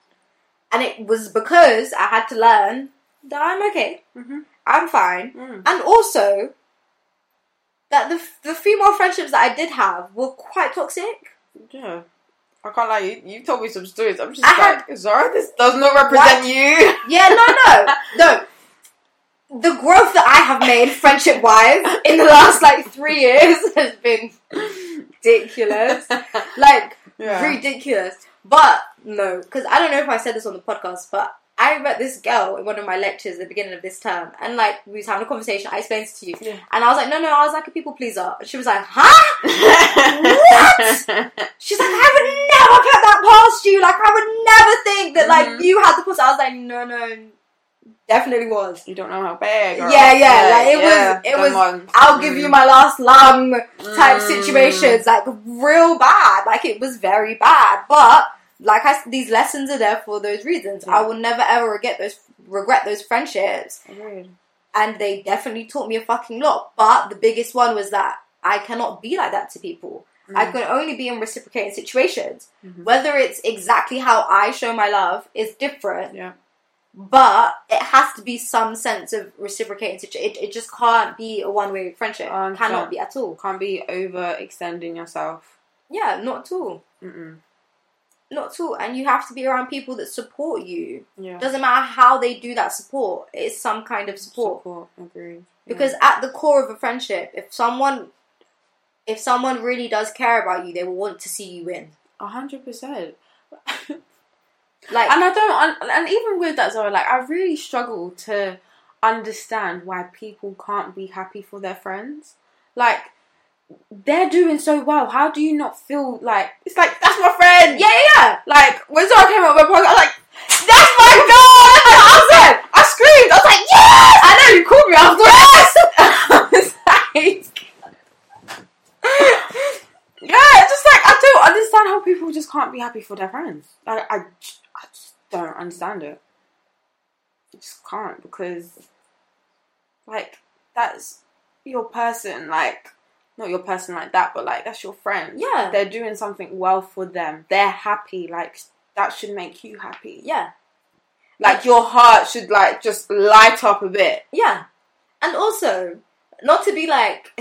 [SPEAKER 1] and it was because i had to learn that i'm okay
[SPEAKER 2] Mhm.
[SPEAKER 1] i'm fine
[SPEAKER 2] Mm.
[SPEAKER 1] and also that the, the female friendships that i did have were quite toxic
[SPEAKER 2] yeah. I can't lie. You, you told me some stories. I'm just
[SPEAKER 1] I
[SPEAKER 2] like Zara. This does not represent you.
[SPEAKER 1] yeah no no no the growth that I have made friendship wise in the last like three years *laughs* has been ridiculous.
[SPEAKER 2] *laughs*
[SPEAKER 1] Like
[SPEAKER 2] yeah. *laughs*
[SPEAKER 1] ridiculous. But no, because I don't know if I said this on the podcast, but I met this girl in one of my lectures at the beginning of this term, and like we was having a conversation. I explained this to you,
[SPEAKER 2] Yeah.
[SPEAKER 1] and I was like, "No, no," I was like a people pleaser. And She was like, "Huh?"
[SPEAKER 2] what?
[SPEAKER 1] She's like, "I would never put that past you. Like, I would never think that like
[SPEAKER 2] Mhm.
[SPEAKER 1] you had the pussy." I was like, "No, no, definitely was."
[SPEAKER 2] *laughs* You don't know how bad. girl.
[SPEAKER 1] Yeah, yeah, like, it was- it
[SPEAKER 2] come
[SPEAKER 1] was-
[SPEAKER 2] on.
[SPEAKER 1] I'll give you my last lung. type
[SPEAKER 2] Mm.
[SPEAKER 1] situations, like real bad. Like it was very bad. But like I, s- these lessons are there for those reasons.
[SPEAKER 2] Yeah.
[SPEAKER 1] I will never ever regret those regret those friendships,
[SPEAKER 2] Agreed.
[SPEAKER 1] and they definitely taught me a fucking lot. But the biggest one was that I cannot be like that to people. I
[SPEAKER 2] Mm.
[SPEAKER 1] can only be in reciprocating situations.
[SPEAKER 2] Mhm.
[SPEAKER 1] Whether it's exactly how I show my love is different,
[SPEAKER 2] Yeah.
[SPEAKER 1] but it has to be some sense of reciprocating. situ- It, it just can't be a one way friendship.
[SPEAKER 2] I understand.
[SPEAKER 1] Cannot be at all.
[SPEAKER 2] Can't be overextending yourself.
[SPEAKER 1] Yeah, not at all.
[SPEAKER 2] Mm-mm.
[SPEAKER 1] not at all. And you have to be around people that support you.
[SPEAKER 2] Yeah.
[SPEAKER 1] Doesn't matter how they do that support, it's some kind of support.
[SPEAKER 2] Support. Agreed.
[SPEAKER 1] Because at the core of a friendship, if someone if someone really does care about you, they will want to see you win.
[SPEAKER 2] a hundred percent. *laughs*
[SPEAKER 1] Like
[SPEAKER 2] and I don't, and- and even with that, Zara, like I really struggle to understand why people can't be happy for their friends. Like they're doing so well. How do you not feel like it's like that's my friend?
[SPEAKER 1] yeah, yeah, yeah.
[SPEAKER 2] Like when Zara came up with her podcast, I was like, "That's *laughs* my girl!" That's my husband!" I screamed. I was like, "Yes!" I know you called me. I was like, "Yes!" I was *laughs* like, *laughs* "Yeah." It's just like I don't understand how people just can't be happy for their friends. Like I, j- I just don't understand it. I just can't because, like, that's your person. Like, not your person like that, but like that's your friend
[SPEAKER 1] Yeah.
[SPEAKER 2] they're doing something well for them. They're happy. Like that should make you happy.
[SPEAKER 1] Yeah.
[SPEAKER 2] Like your heart should like just light up a bit.
[SPEAKER 1] Yeah. And also, not to be like *laughs*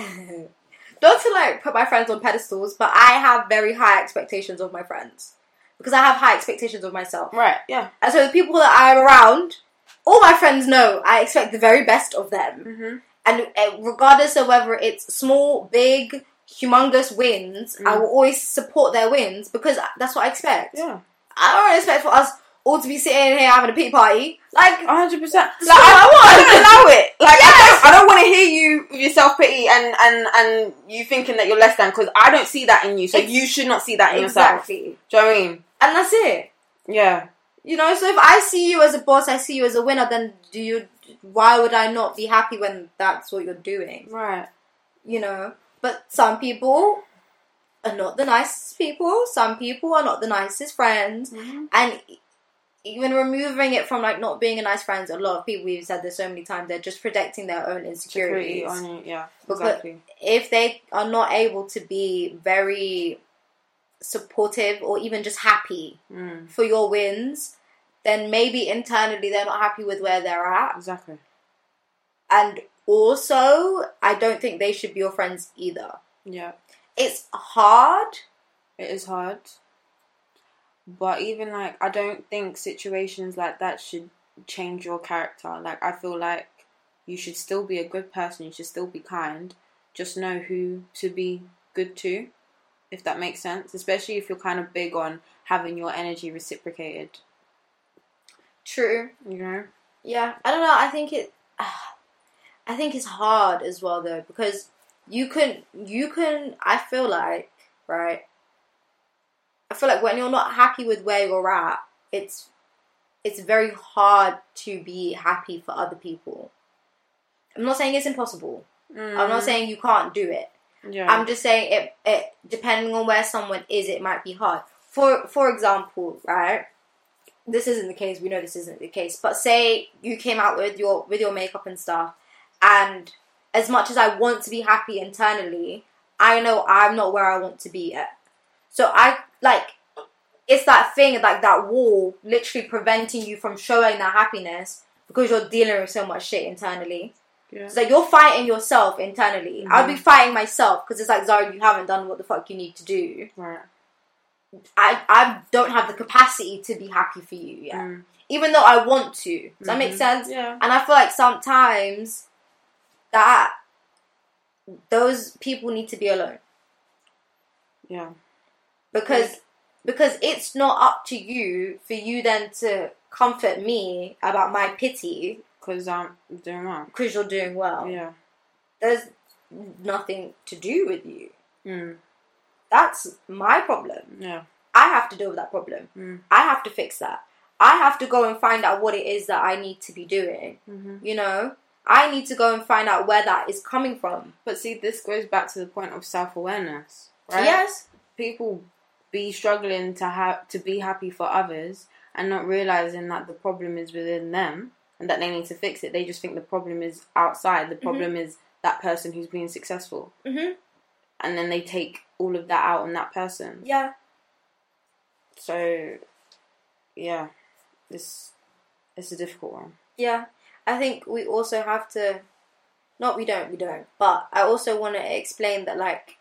[SPEAKER 1] not to like put my friends on pedestals, but I have very high expectations of my friends. Because I have high expectations of myself.
[SPEAKER 2] Right. Yeah.
[SPEAKER 1] And so the people that I'm around, all my friends know I expect the very best of them.
[SPEAKER 2] Mm-hmm.
[SPEAKER 1] And uh, regardless of whether it's small, big, humongous wins, I
[SPEAKER 2] Mm.
[SPEAKER 1] will always support their wins because that's what I expect.
[SPEAKER 2] Yeah.
[SPEAKER 1] I don't expect for us all to be sitting here having a pee party. Like,
[SPEAKER 2] hundred percent.
[SPEAKER 1] So
[SPEAKER 2] Like I,
[SPEAKER 1] what?
[SPEAKER 2] I *laughs* don't allow it. Like
[SPEAKER 1] Yes!
[SPEAKER 2] I don't, I don't want to hear you yourself pity and and and you thinking that you're less than because I don't see that in you. So
[SPEAKER 1] Ex-
[SPEAKER 2] you should not see that in yourself.
[SPEAKER 1] exactly.
[SPEAKER 2] Do you know what I mean?
[SPEAKER 1] And that's it.
[SPEAKER 2] Yeah.
[SPEAKER 1] You know, so if I see you as a boss, I see you as a winner, then do you, why would I not be happy when that's what you're doing?
[SPEAKER 2] Right.
[SPEAKER 1] you know. But some people, are not the nicest people. Some people are not the nicest friends. And even removing it from like not being a nice friend, a lot of people we've said this so many times, they're just protecting their own
[SPEAKER 2] Security
[SPEAKER 1] insecurities.
[SPEAKER 2] on it, yeah,
[SPEAKER 1] Because-
[SPEAKER 2] exactly.
[SPEAKER 1] If they are not able to be very supportive or even just happy
[SPEAKER 2] Mm,
[SPEAKER 1] for your wins, then maybe internally they're not happy with where they're at.
[SPEAKER 2] exactly.
[SPEAKER 1] And also, I don't think they should be your friends either.
[SPEAKER 2] Yeah,
[SPEAKER 1] It's hard.
[SPEAKER 2] it is hard, but even like I don't think situations like that should change your character. Like I feel like you should still be a good person. You should still be kind. Just know who to be good to, if that makes sense. Especially if you're kind of big on having your energy reciprocated.
[SPEAKER 1] True.
[SPEAKER 2] You know.
[SPEAKER 1] Yeah. I don't know. I think it. *sighs* I think it's hard as well though because you can you can I feel like right. I feel like when you're not happy with where you're at, it's it's very hard to be happy for other people. I'm not saying it's impossible. I'm
[SPEAKER 2] Mm.
[SPEAKER 1] not saying you can't do it.
[SPEAKER 2] Yeah.
[SPEAKER 1] I'm just saying it, it depending on where someone is, it might be hard. For for example, right? This isn't the case. We know this isn't the case. But say you came out with your with your makeup and stuff, and as much as I want to be happy internally, I know I'm not where I want to be yet. So I like it's that thing like that wall literally preventing you from showing that happiness because you're dealing with so much shit internally.
[SPEAKER 2] Yeah.
[SPEAKER 1] It's like you're fighting yourself internally. I'd
[SPEAKER 2] Mm-hmm.
[SPEAKER 1] be fighting myself because it's like Zara, you haven't done what the fuck you need to do.
[SPEAKER 2] Right.
[SPEAKER 1] I I don't have the capacity to be happy for you yet,
[SPEAKER 2] Mm. Mm-hmm.
[SPEAKER 1] even though I want to. Does that make sense?
[SPEAKER 2] Yeah.
[SPEAKER 1] And I feel like sometimes that those people need to be alone
[SPEAKER 2] Yeah.
[SPEAKER 1] because because it's not up to you for you then to comfort me about my pity
[SPEAKER 2] Because I'm um, doing well.
[SPEAKER 1] because you're doing well.
[SPEAKER 2] Yeah.
[SPEAKER 1] There's nothing to do with you.
[SPEAKER 2] Mm.
[SPEAKER 1] That's my problem.
[SPEAKER 2] Yeah.
[SPEAKER 1] I have to deal with that problem.
[SPEAKER 2] Mm.
[SPEAKER 1] I have to fix that. I have to go and find out what it is that I need to be doing.
[SPEAKER 2] Mm-hmm.
[SPEAKER 1] You know, I need to go and find out where that is coming from.
[SPEAKER 2] But see, this goes back to the point of self awareness, right?
[SPEAKER 1] Yes,
[SPEAKER 2] People be struggling to have to be happy for others and not realizing that the problem is within them and that they need to fix it. They just think the problem is outside. The
[SPEAKER 1] Mm-hmm.
[SPEAKER 2] problem is that person who's being successful,
[SPEAKER 1] Mhm.
[SPEAKER 2] and then they take all of that out on that person.
[SPEAKER 1] yeah,
[SPEAKER 2] So, yeah, this it's a difficult one.
[SPEAKER 1] yeah. I think we also have to. Not we don't, we don't. But I also want to explain that, like,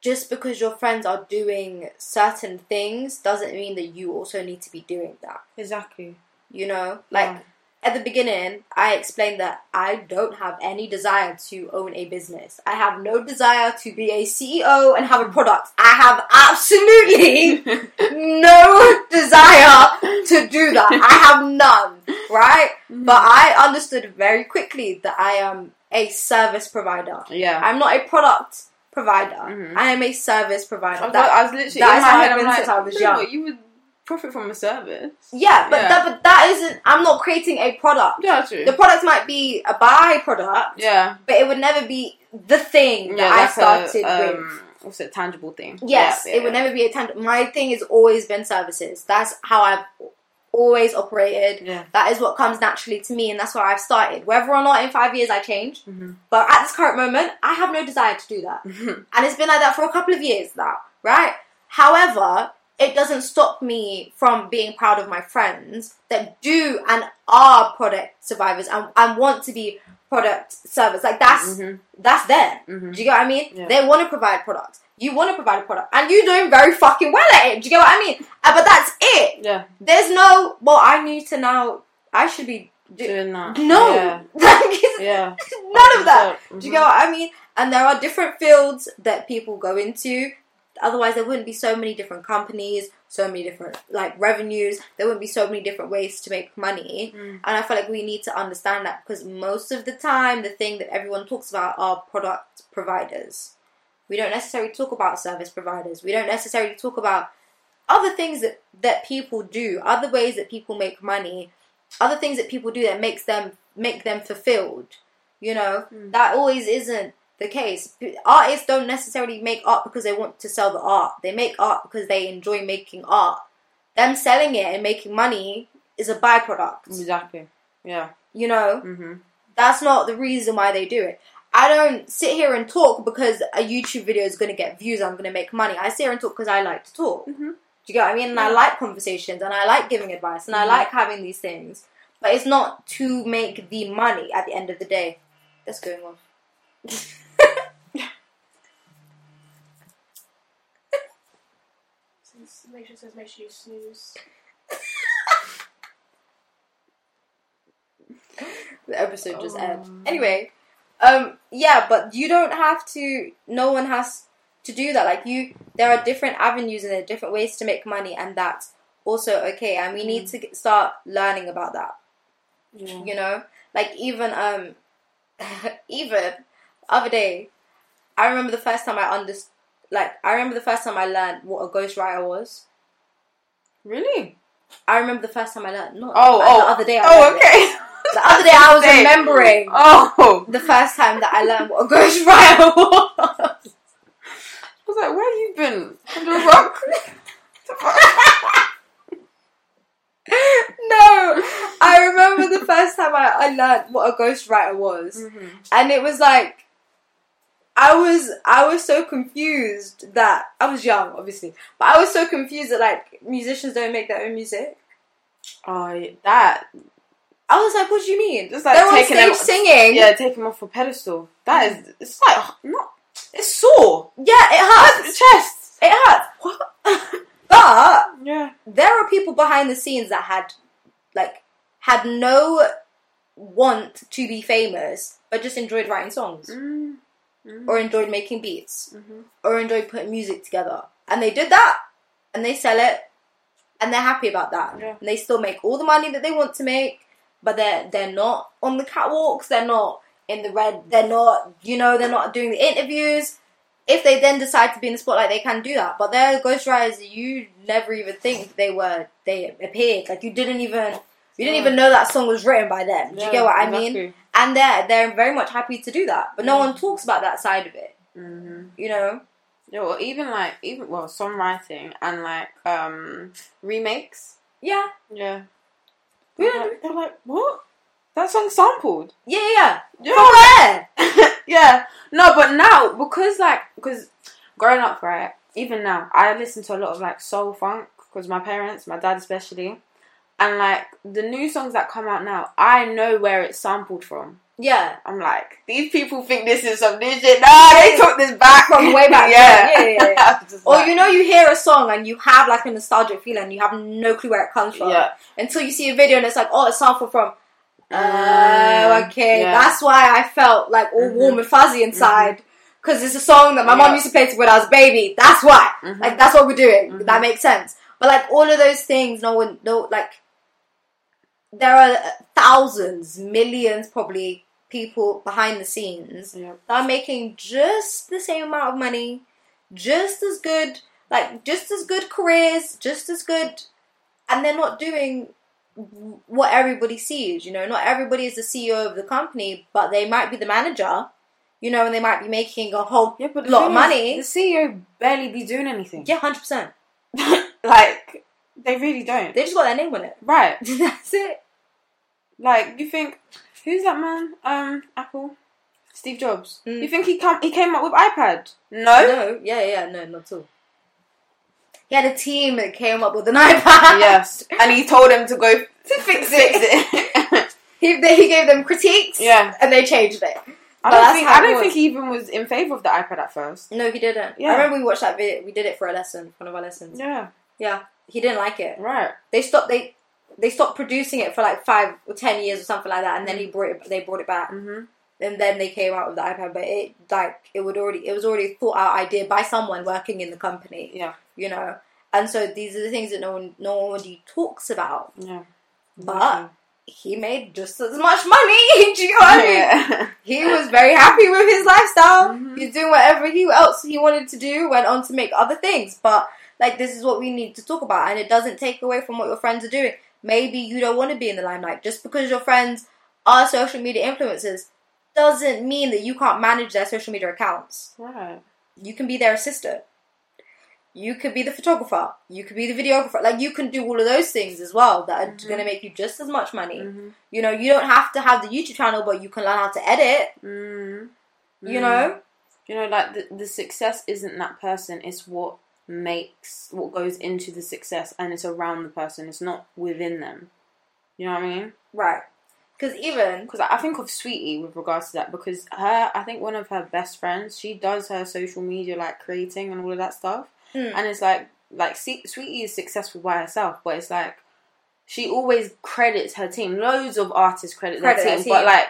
[SPEAKER 1] just because your friends are doing certain things doesn't mean that you also need to be doing that.
[SPEAKER 2] *laughs* Exactly.
[SPEAKER 1] You know, like,
[SPEAKER 2] Yeah.
[SPEAKER 1] at the beginning, I explained that I don't have any desire to own a business. I have no desire to be a CEO and have a product. I have
[SPEAKER 2] *laughs*
[SPEAKER 1] absolutely no desire to do that. I have none, right?
[SPEAKER 2] Mm.
[SPEAKER 1] But I understood very quickly that I am a service provider.
[SPEAKER 2] yeah.
[SPEAKER 1] I'm not a product provider.
[SPEAKER 2] Mhm.
[SPEAKER 1] I am a service provider.
[SPEAKER 2] I,
[SPEAKER 1] That-
[SPEAKER 2] was literally
[SPEAKER 1] that
[SPEAKER 2] in
[SPEAKER 1] is
[SPEAKER 2] my
[SPEAKER 1] how I've
[SPEAKER 2] head. I'm
[SPEAKER 1] been
[SPEAKER 2] like,
[SPEAKER 1] since I was
[SPEAKER 2] you know
[SPEAKER 1] young.
[SPEAKER 2] what, you would profit from a service.
[SPEAKER 1] yeah, but
[SPEAKER 2] Yeah.
[SPEAKER 1] that but that isn't I'm not creating a product.
[SPEAKER 2] Yeah, true.
[SPEAKER 1] The product might be a byproduct,
[SPEAKER 2] yeah,
[SPEAKER 1] but it would never be the thing
[SPEAKER 2] yeah.
[SPEAKER 1] that
[SPEAKER 2] That's
[SPEAKER 1] I started
[SPEAKER 2] a,
[SPEAKER 1] with.
[SPEAKER 2] um, what's it? Tangible thing.
[SPEAKER 1] Yes,
[SPEAKER 2] Yeah,
[SPEAKER 1] it would never be a tangent. My thing has always been services. That's how I've always operated.
[SPEAKER 2] Yeah.
[SPEAKER 1] That is what comes naturally to me, and that's where I've started. Whether or not in five years I change,
[SPEAKER 2] Mhm.
[SPEAKER 1] but at this current moment, I have no desire to do that.
[SPEAKER 2] Mm-hmm,
[SPEAKER 1] And it's been like that for a couple of years now, right? However, it doesn't stop me from being proud of my friends that do and are product survivors and, and want to be product servers. Like that's
[SPEAKER 2] Mhm.
[SPEAKER 1] that's there.
[SPEAKER 2] Mhm.
[SPEAKER 1] Do you get what I mean?
[SPEAKER 2] Yeah.
[SPEAKER 1] They want to provide products. You want to provide a product, and you're doing very fucking well at it. Do you get what I mean? Uh, But that's it.
[SPEAKER 2] Yeah,
[SPEAKER 1] There's no. Well, I need to now. I should be. Do-
[SPEAKER 2] doing that.
[SPEAKER 1] no,
[SPEAKER 2] Yeah.
[SPEAKER 1] *laughs* Like, it's
[SPEAKER 2] Yeah.
[SPEAKER 1] *laughs* none of that.
[SPEAKER 2] Mhm.
[SPEAKER 1] Do you get what I mean? And there are different fields that people go into. Otherwise, there wouldn't be so many different companies, so many different like revenues. There wouldn't be so many different ways to make money.
[SPEAKER 2] Mm.
[SPEAKER 1] And I feel like we need to understand that because most of the time, the thing that everyone talks about are product providers. We don't necessarily talk about service providers. We don't necessarily talk about other things that, that people do, other ways that people make money, other things that people do that makes them make them fulfilled. You know, that always isn't the case. Artists don't necessarily make art because they want to sell the art. They make art because they enjoy making art. Them selling it and making money is a byproduct.
[SPEAKER 2] Exactly. Yeah.
[SPEAKER 1] You know,
[SPEAKER 2] hmm
[SPEAKER 1] that's not the reason why they do it. I don't sit here and talk because a YouTube video is going to get views. I'm going to make money. I sit here and talk because I like to talk.
[SPEAKER 2] Mhm.
[SPEAKER 1] Do you get what I mean? And I
[SPEAKER 2] Yeah.
[SPEAKER 1] like conversations and I like giving advice and I
[SPEAKER 2] Mhm.
[SPEAKER 1] like having these things. But it's not to make the money at the end of the day. That's going on.
[SPEAKER 3] *laughs* Since- Make sure it says make sure you snooze.
[SPEAKER 1] the episode just ends.
[SPEAKER 3] Oh.
[SPEAKER 2] Um.
[SPEAKER 1] Anyway, um, yeah, but you don't have to. No one has to do that. Like you, there are different avenues and there are different ways to make money, and that's also okay. And we
[SPEAKER 3] Mm.
[SPEAKER 1] need to get, start learning about that.
[SPEAKER 2] Yeah.
[SPEAKER 1] You know, like even um, *laughs* even other day, I remember the first time I understood. Like I remember the first time I learned what a ghostwriter was.
[SPEAKER 2] Really?
[SPEAKER 1] I remember the first time I learned. Not
[SPEAKER 2] Oh,
[SPEAKER 1] like
[SPEAKER 2] oh.
[SPEAKER 1] the other day. I
[SPEAKER 2] Oh,
[SPEAKER 1] learned it.
[SPEAKER 2] okay.
[SPEAKER 1] The other day I was
[SPEAKER 2] Same.
[SPEAKER 1] remembering
[SPEAKER 2] Oh.
[SPEAKER 1] the first time that I learned what a ghostwriter *laughs*
[SPEAKER 2] Right. I was like, where have you been? Under a *laughs* rock?
[SPEAKER 1] no, I remember the first time I, I learned what a ghostwriter
[SPEAKER 2] Mm.
[SPEAKER 1] was,
[SPEAKER 2] Mm-hmm.
[SPEAKER 1] and it was like I was I was so confused that I was young, obviously, but I was so confused that like musicians don't make their own music.
[SPEAKER 2] Oh, yeah, that.
[SPEAKER 1] I was like, what do you mean?
[SPEAKER 2] Just like
[SPEAKER 1] They're on
[SPEAKER 2] taking
[SPEAKER 1] stage
[SPEAKER 2] them-
[SPEAKER 1] singing.
[SPEAKER 2] Yeah, take him off a pedestal. That is.
[SPEAKER 1] Mm-hmm.
[SPEAKER 2] It's like. Not. It's sore.
[SPEAKER 1] Yeah, it
[SPEAKER 2] That's
[SPEAKER 1] hurts.
[SPEAKER 2] the chest.
[SPEAKER 1] It hurts. *laughs* but
[SPEAKER 2] Yeah.
[SPEAKER 1] there are people behind the scenes that had like had no want to be famous, but just enjoyed writing songs.
[SPEAKER 2] Mm.
[SPEAKER 1] or enjoyed making beats
[SPEAKER 2] Mhm.
[SPEAKER 1] or enjoyed putting music together and they did that and they sell it and they're happy about that
[SPEAKER 2] Yeah.
[SPEAKER 1] and they still make all the money that they want to make but they're they're not on the catwalks they're not in the red they're not you know they're not doing the interviews if they then decide to be in the spotlight they can do that but they're ghostwriters you never even think they were they appeared like you didn't even you didn't
[SPEAKER 2] Yeah.
[SPEAKER 1] even know that song was written by them do you get what i mean and they're they're very much happy to do that, but no one talks about that side of it.
[SPEAKER 2] Mm-hmm.
[SPEAKER 1] You know,
[SPEAKER 2] Yeah, well, even like even well, songwriting and like um remakes.
[SPEAKER 1] yeah,
[SPEAKER 2] Yeah,
[SPEAKER 1] Yeah.
[SPEAKER 2] they're, like, they're like, what? That song sampled.
[SPEAKER 1] yeah, yeah.
[SPEAKER 2] Yeah,
[SPEAKER 1] From where?
[SPEAKER 2] *laughs* yeah. No, but now because like because growing up, right? Even now, I listen to a lot of like soul funk because my parents, my dad especially, and like the new songs that come out now, I know where it's sampled from.
[SPEAKER 1] Yeah,
[SPEAKER 2] I'm like, these people think this is some new shit. Nah, they took this back
[SPEAKER 1] From way back
[SPEAKER 2] *laughs* yeah.
[SPEAKER 1] then. Yeah, yeah, yeah.
[SPEAKER 2] *laughs* I was just
[SPEAKER 1] or
[SPEAKER 2] like,
[SPEAKER 1] you know, you hear a song and you have like a nostalgic feeling, and you have no clue where it comes from
[SPEAKER 2] yeah.
[SPEAKER 1] until you see a video and it's like, oh, it's sampled from. Oh,
[SPEAKER 2] Mm,
[SPEAKER 1] okay.
[SPEAKER 2] yeah.
[SPEAKER 1] That's why I felt like all
[SPEAKER 2] Mhm.
[SPEAKER 1] warm and fuzzy inside because it's a song that my mom
[SPEAKER 2] Mm-hmm. Yeah.
[SPEAKER 1] used to play to when I was a baby. That's why.
[SPEAKER 2] Mhm.
[SPEAKER 1] Like that's what we're doing.
[SPEAKER 2] Mhm.
[SPEAKER 1] That makes sense. But like all of those things, no one, no like. There are thousands, millions, probably people behind the scenes
[SPEAKER 2] Yep.
[SPEAKER 1] that are making just the same amount of money, just as good, like just as good careers, just as good, and they're not doing w- what everybody sees. You know, not everybody is the CEO of the company, but they might be the manager. You know, and they might be making a whole
[SPEAKER 2] Yeah, but the
[SPEAKER 1] lot of
[SPEAKER 2] thing
[SPEAKER 1] money.
[SPEAKER 2] is, The CEO barely be doing anything. *laughs*
[SPEAKER 1] yeah, hundred percent.
[SPEAKER 2] like they really don't.
[SPEAKER 1] They just got their name on it. *laughs*
[SPEAKER 2] right.
[SPEAKER 1] That's it.
[SPEAKER 2] Like you think who's that man? Um, Apple, Steve Jobs.
[SPEAKER 1] Mm.
[SPEAKER 2] You think he come? He came up with iPad? No. *laughs*
[SPEAKER 1] No, yeah, yeah, no, not at all. He had a team that came up with an *laughs* iPad.
[SPEAKER 2] yes, and he told him *laughs* to go
[SPEAKER 1] to fix
[SPEAKER 2] fix
[SPEAKER 1] it.
[SPEAKER 2] it.
[SPEAKER 1] He, they, he gave them critiques.
[SPEAKER 2] *laughs* Yeah.
[SPEAKER 1] and they changed it. But
[SPEAKER 2] I don't
[SPEAKER 1] that's
[SPEAKER 2] think.
[SPEAKER 1] how
[SPEAKER 2] I
[SPEAKER 1] it
[SPEAKER 2] don't
[SPEAKER 1] was.
[SPEAKER 2] think he even was in favor of the iPad at first.
[SPEAKER 1] No, he didn't. I
[SPEAKER 2] Yeah.
[SPEAKER 1] remember we watched that video. We did it for a lesson, one of our lessons.
[SPEAKER 2] Yeah.
[SPEAKER 1] He didn't like it.
[SPEAKER 2] Right.
[SPEAKER 1] They stopped. They they stopped producing it for like five or ten years or something like that, and
[SPEAKER 2] Mm.
[SPEAKER 1] then he brought it. They brought it back,
[SPEAKER 2] Mhm.
[SPEAKER 1] and then they came out with the iPad. But it like it would already it was already a thought out idea by someone working in the company.
[SPEAKER 2] Yeah.
[SPEAKER 1] you know. And so these are the things that no one no one really talks about.
[SPEAKER 2] Yeah. Mm-hmm.
[SPEAKER 1] But he made just as much money. *laughs* Do you know what I mean?
[SPEAKER 2] yeah.
[SPEAKER 1] he was very happy with his lifestyle.
[SPEAKER 2] Mhm.
[SPEAKER 1] He's doing whatever he else he wanted to do. Went on to make other things, but like this is what we need to talk about, and it doesn't take away from what your friends are doing. Maybe you don't want to be in the limelight just because your friends are social media influencers doesn't mean that you can't manage their social media accounts.
[SPEAKER 2] *laughs* Right.
[SPEAKER 1] You can be their assistant. You could be the photographer. You could be the videographer. Like you can do all of those things as well that are
[SPEAKER 2] Mhm.
[SPEAKER 1] going to make you just as much money.
[SPEAKER 2] Mhm.
[SPEAKER 1] You know, you don't have to have the YouTube channel, but you can learn how to edit.
[SPEAKER 2] Mm.
[SPEAKER 1] You
[SPEAKER 2] Mm.
[SPEAKER 1] know,
[SPEAKER 2] you know, like the, the success isn't that person. It's what makes what goes into the success, and it's around the person. It's not within them. You know what I mean?
[SPEAKER 1] right? Because even
[SPEAKER 2] Because I think of Sweetie with regards to that because her, I think one of her best friends, she does her social media like creating and all of that stuff,
[SPEAKER 1] Mm.
[SPEAKER 2] and it's like like Se- Sweetie is successful by herself, but it's like she always credits her team. Loads of artists credit,
[SPEAKER 1] Credit
[SPEAKER 2] their
[SPEAKER 1] their
[SPEAKER 2] team,
[SPEAKER 1] team.
[SPEAKER 2] but like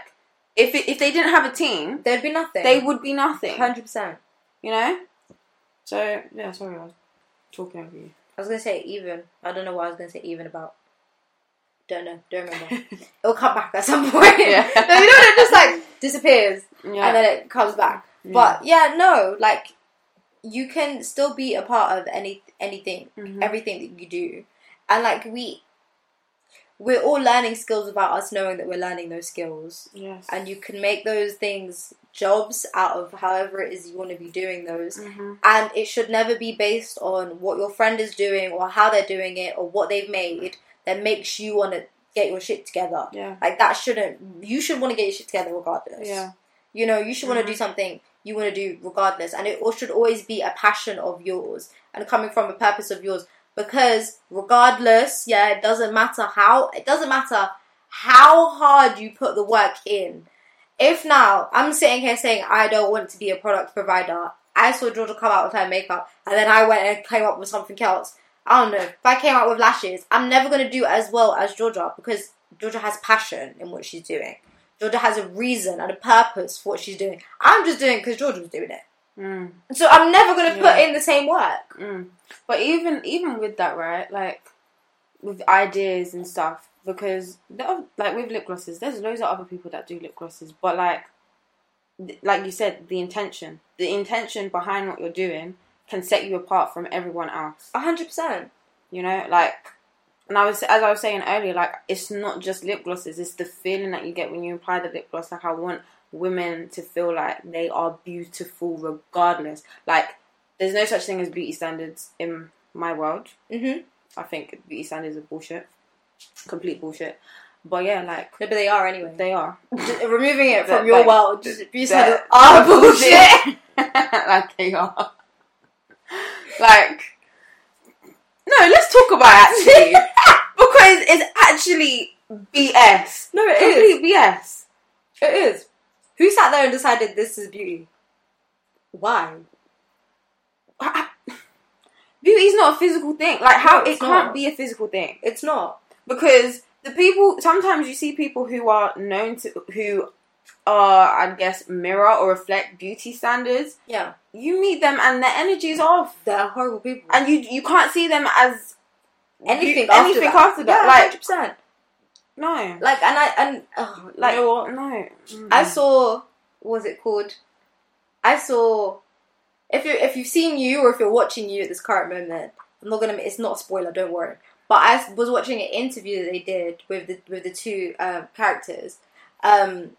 [SPEAKER 2] if it, if they didn't have a team,
[SPEAKER 1] there'd be nothing.
[SPEAKER 2] they would be nothing.
[SPEAKER 1] hundred percent.
[SPEAKER 2] You know. So yeah, sorry, I was talking
[SPEAKER 1] *laughs*
[SPEAKER 2] over you.
[SPEAKER 1] I was gonna say even. I don't know what I was gonna say even about. Don't know. Don't
[SPEAKER 2] *laughs*
[SPEAKER 1] remember. It'll come back at some point.
[SPEAKER 2] Yeah.
[SPEAKER 1] *laughs* no, you know, it just like disappears
[SPEAKER 2] Yeah. Mm.
[SPEAKER 1] and then it comes back.
[SPEAKER 2] Yeah.
[SPEAKER 1] But yeah, no, like you can still be a part of any anything,
[SPEAKER 2] Mhm.
[SPEAKER 1] everything that you do, and like we, we're all learning skills about us knowing that we're learning those skills,
[SPEAKER 2] yes.
[SPEAKER 1] and you can make those things jobs out of however it is you want to be doing those.
[SPEAKER 2] hmm
[SPEAKER 1] And it should never be based on what your friend is doing or how they're doing it or what they've made that makes you want to get your shit together.
[SPEAKER 2] Yeah.
[SPEAKER 1] Like that shouldn't. You should want to get your shit together regardless.
[SPEAKER 2] Yeah.
[SPEAKER 1] You know, you should want
[SPEAKER 2] Mhm.
[SPEAKER 1] to do something you want to do regardless, and it al- should always be a passion of yours and coming from a purpose of yours. Because regardless, yeah, it doesn't matter how it doesn't matter how hard you put the work in. If now I'm sitting here saying I don't want to be a product provider, I saw Georgia come out with her makeup, and then I went and came up with something else. I don't know. If I came out with lashes, I'm never going to do as well as Georgia because Georgia has passion in what she's doing. Georgia has a reason and a purpose for what she's doing. I'm just doing it because Georgia was doing it.
[SPEAKER 2] Mm.
[SPEAKER 1] So I'm never going to put
[SPEAKER 2] Yeah.
[SPEAKER 1] in the same work.
[SPEAKER 2] Mm. But even even with that, right? Like with ideas and stuff, because there are, like with lip glosses, there's loads of other people that do lip glosses, but like th- like you said, the intention, the intention behind what you're doing can set you apart from everyone else.
[SPEAKER 1] 100%.
[SPEAKER 2] You know, like, and I was as I was saying earlier, like it's not just lip glosses; it's the feeling that you get when you apply the lip gloss. Like I want women to feel like they are beautiful, regardless. Like there's no such thing as beauty standards in my world.
[SPEAKER 1] Mm-hmm.
[SPEAKER 2] I think beauty standards are bullshit, complete bullshit. But yeah, like
[SPEAKER 1] No, but they are anyway.
[SPEAKER 2] they are.
[SPEAKER 1] *laughs* Just removing it
[SPEAKER 2] They're
[SPEAKER 1] from your
[SPEAKER 2] like-
[SPEAKER 1] world just you said
[SPEAKER 2] they're-
[SPEAKER 1] *laughs* ah bullshit.
[SPEAKER 2] *laughs* like they are. like no, let's talk about it actually
[SPEAKER 1] *laughs*
[SPEAKER 2] because it's actually BS.
[SPEAKER 1] no, it is.
[SPEAKER 2] Complete BS.
[SPEAKER 1] It is. Who sat there and decided this is beauty? Why?
[SPEAKER 2] Beauty's not a physical thing. Like how
[SPEAKER 1] No,
[SPEAKER 2] it
[SPEAKER 1] it's
[SPEAKER 2] can't
[SPEAKER 1] not.
[SPEAKER 2] be a physical thing
[SPEAKER 1] It's not.
[SPEAKER 2] because the people sometimes you see people who are known to who are I guess mirror or reflect beauty standards.
[SPEAKER 1] Yeah.
[SPEAKER 2] You meet them and their energy is off.
[SPEAKER 1] They're horrible people.
[SPEAKER 2] and you you can't see them as
[SPEAKER 1] anything
[SPEAKER 2] you-
[SPEAKER 1] after
[SPEAKER 2] anything
[SPEAKER 1] that.
[SPEAKER 2] after that,
[SPEAKER 1] Yeah,
[SPEAKER 2] like-
[SPEAKER 1] 100%.
[SPEAKER 2] no,
[SPEAKER 1] Like, and I, and, oh,
[SPEAKER 2] like
[SPEAKER 1] like, you know what?
[SPEAKER 2] no. Mm.
[SPEAKER 1] I saw what was it called? I saw if you if you've seen you or if you're watching you at this current moment, I'm not gonna. It's not a spoiler. Don't worry. But I s- was watching an interview that they did with the with the two um, characters, um,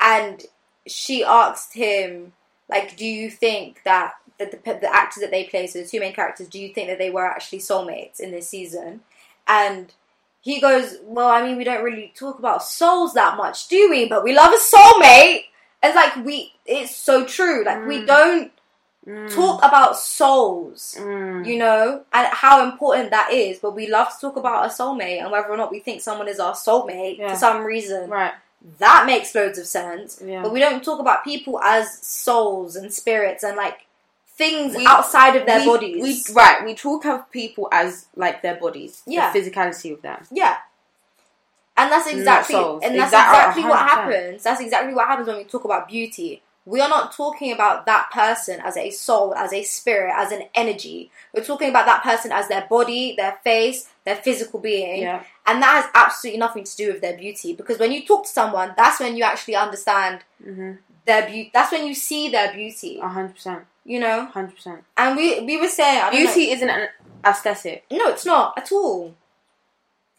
[SPEAKER 1] and she asked him like, "Do you think that that the, p- the actors that they play, so the two main characters, do you think that they were actually soulmates in this season?" And he goes, Well, I mean, we don't really talk about souls that much, do we? But we love a soulmate. It's like we, it's so true. Like, we
[SPEAKER 2] Mm.
[SPEAKER 1] don't
[SPEAKER 2] Mm.
[SPEAKER 1] talk about souls,
[SPEAKER 2] Mm.
[SPEAKER 1] you know, and how important that is. But we love to talk about a soulmate and whether or not we think someone is our soulmate
[SPEAKER 2] Yeah.
[SPEAKER 1] for some reason.
[SPEAKER 2] right.
[SPEAKER 1] That makes loads of sense.
[SPEAKER 2] Yeah.
[SPEAKER 1] But we don't talk about people as souls and spirits and like things
[SPEAKER 2] We-
[SPEAKER 1] outside of their
[SPEAKER 2] we,
[SPEAKER 1] bodies.
[SPEAKER 2] we- right. We talk of people as like their bodies,
[SPEAKER 1] Yeah.
[SPEAKER 2] the physicality of them.
[SPEAKER 1] Yeah. And that's exactly
[SPEAKER 2] souls.
[SPEAKER 1] and that's
[SPEAKER 2] Exact-
[SPEAKER 1] exactly what
[SPEAKER 2] 100%.
[SPEAKER 1] happens. That's exactly what happens when we talk about beauty. We are not talking about that person as a soul, as a spirit, as an energy. We're talking about that person as their body, their face, their physical being.
[SPEAKER 2] Yeah.
[SPEAKER 1] And that has absolutely nothing to do with their beauty. Because when you talk to someone, that's when you actually understand
[SPEAKER 2] Mhm.
[SPEAKER 1] their beauty. That's when you see their beauty,
[SPEAKER 2] A hundred percent.
[SPEAKER 1] you know?
[SPEAKER 2] Hundred percent.
[SPEAKER 1] And we, we were saying, I don't
[SPEAKER 2] Beauty isn't an aesthetic.
[SPEAKER 1] know- no, it's not at all.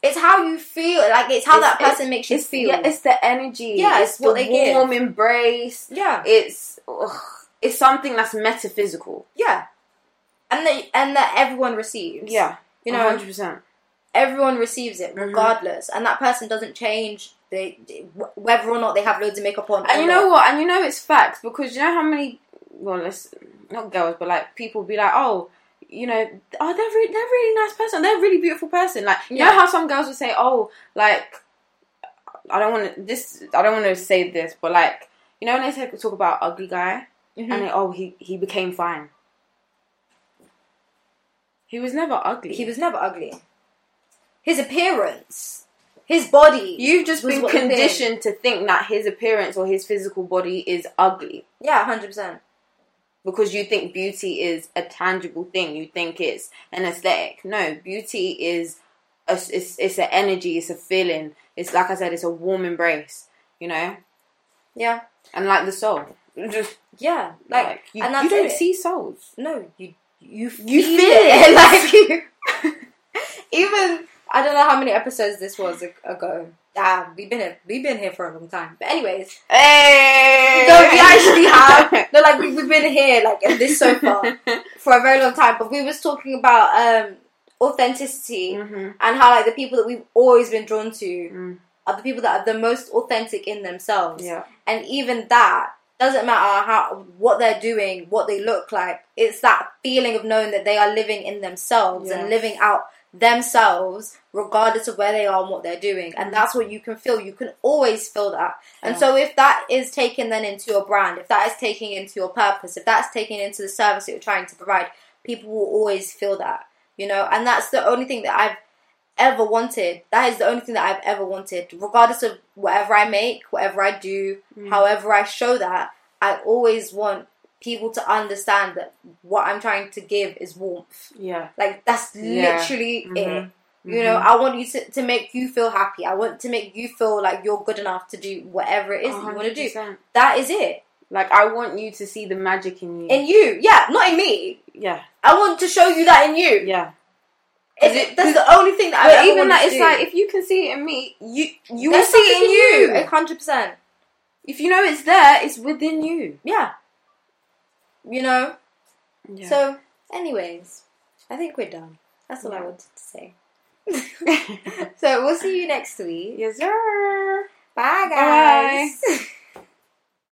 [SPEAKER 1] It's how you feel. Like it's how
[SPEAKER 2] It's-
[SPEAKER 1] that person makes you
[SPEAKER 2] It's
[SPEAKER 1] feel.
[SPEAKER 2] yeah, it's the energy.
[SPEAKER 1] Yeah,
[SPEAKER 2] it's
[SPEAKER 1] it's what
[SPEAKER 2] the
[SPEAKER 1] they give.
[SPEAKER 2] warm embrace.
[SPEAKER 1] yeah,
[SPEAKER 2] It's ugh, it's something that's metaphysical.
[SPEAKER 1] yeah. And that and that everyone receives. you
[SPEAKER 2] you
[SPEAKER 1] know,
[SPEAKER 2] know, hundred percent.
[SPEAKER 1] everyone receives it
[SPEAKER 2] Mhm.
[SPEAKER 1] regardless, and that person doesn't change. They wh- whether or not they have loads of makeup on.
[SPEAKER 2] And
[SPEAKER 1] or
[SPEAKER 2] you
[SPEAKER 1] not.
[SPEAKER 2] know what? And you know it's facts because you know how many well, let's not girls, but like people be like, oh, you know, oh, they're re- they're a really nice person. They're a really beautiful person. Like you know
[SPEAKER 1] Yeah.
[SPEAKER 2] how some girls would say, oh, like I don't want to this. I don't want to say this, but like you know when they talk- talk about ugly guy
[SPEAKER 1] Mhm.
[SPEAKER 2] and they oh he he became fine. He was never ugly.
[SPEAKER 1] he was never ugly. His appearance, his body.
[SPEAKER 2] You've just
[SPEAKER 1] was
[SPEAKER 2] been
[SPEAKER 1] what you think.
[SPEAKER 2] conditioned to think that his appearance or his physical body is ugly.
[SPEAKER 1] yeah, hundred percent.
[SPEAKER 2] because you think beauty is a tangible thing. You think it's an aesthetic. No, beauty is a, it's it's an energy. It's a feeling. It's like I said. It's a warm embrace. You know,
[SPEAKER 1] Yeah,
[SPEAKER 2] and like the soul, just
[SPEAKER 1] yeah.
[SPEAKER 2] like,
[SPEAKER 1] Like,
[SPEAKER 2] you,
[SPEAKER 1] and that's
[SPEAKER 2] you don't
[SPEAKER 1] it.
[SPEAKER 2] see souls.
[SPEAKER 1] no, you you feel,
[SPEAKER 2] feel
[SPEAKER 1] it. *laughs*
[SPEAKER 2] it.
[SPEAKER 1] like you. *laughs* Even I don't know how many episodes this was ag- ago. Ah, we've been here, we've been here for a long time. But anyways,
[SPEAKER 2] Hey,
[SPEAKER 1] no, we actually *laughs* have. No, like we, we've been here like in this *laughs* sofa for a very long time. But we was talking about um authenticity
[SPEAKER 2] hmm
[SPEAKER 1] and how like the people that we've always been drawn to
[SPEAKER 2] Mm.
[SPEAKER 1] are the people that are the most authentic in themselves.
[SPEAKER 2] Yeah,
[SPEAKER 1] And even that doesn't matter how what they're doing, what they look like. It's that feeling of knowing that they are living in themselves
[SPEAKER 2] Yeah.
[SPEAKER 1] and living out themselves regardless of where they are and what they're doing. And that's what you can feel. You can always feel that. And
[SPEAKER 2] Yeah.
[SPEAKER 1] so if that is taken then into your brand, if that is taken into your purpose, if that's taken into the service that you're trying to provide, people will always feel that. You know, and that's the only thing that I've ever wanted. That is the only thing that I've ever wanted. Regardless of whatever I make, whatever I do,
[SPEAKER 2] Mm.
[SPEAKER 1] however I show that, I always want people to understand that what I'm trying to give is warmth.
[SPEAKER 2] yeah,
[SPEAKER 1] Like that's
[SPEAKER 2] Yeah.
[SPEAKER 1] literally it.
[SPEAKER 2] Mhm.
[SPEAKER 1] You know, I want you to, to make you feel happy. I want to make you feel like you're good enough to do whatever it is that you want to do.
[SPEAKER 2] 100%.
[SPEAKER 1] That is it.
[SPEAKER 2] Like I want you to see the magic in you.
[SPEAKER 1] In you, yeah, not in me.
[SPEAKER 2] yeah,
[SPEAKER 1] I want to show you that in you.
[SPEAKER 2] yeah.
[SPEAKER 1] It's-
[SPEAKER 2] Is it-
[SPEAKER 1] that's the only thing that I've
[SPEAKER 2] But
[SPEAKER 1] ever
[SPEAKER 2] even
[SPEAKER 1] wanted
[SPEAKER 2] that,
[SPEAKER 1] to
[SPEAKER 2] it's
[SPEAKER 1] do.
[SPEAKER 2] like if you can see it in me, you you will
[SPEAKER 1] There's
[SPEAKER 2] see it
[SPEAKER 1] something
[SPEAKER 2] in you.
[SPEAKER 1] A hundred percent.
[SPEAKER 2] If you know it's there, it's within you.
[SPEAKER 1] Yeah. You know.
[SPEAKER 2] Yeah.
[SPEAKER 1] So, anyways, I think we're done. That's all I
[SPEAKER 2] Yeah.
[SPEAKER 1] wanted to say. so we'll see you next week.
[SPEAKER 2] yes, sir.
[SPEAKER 1] Bye, guys. *laughs*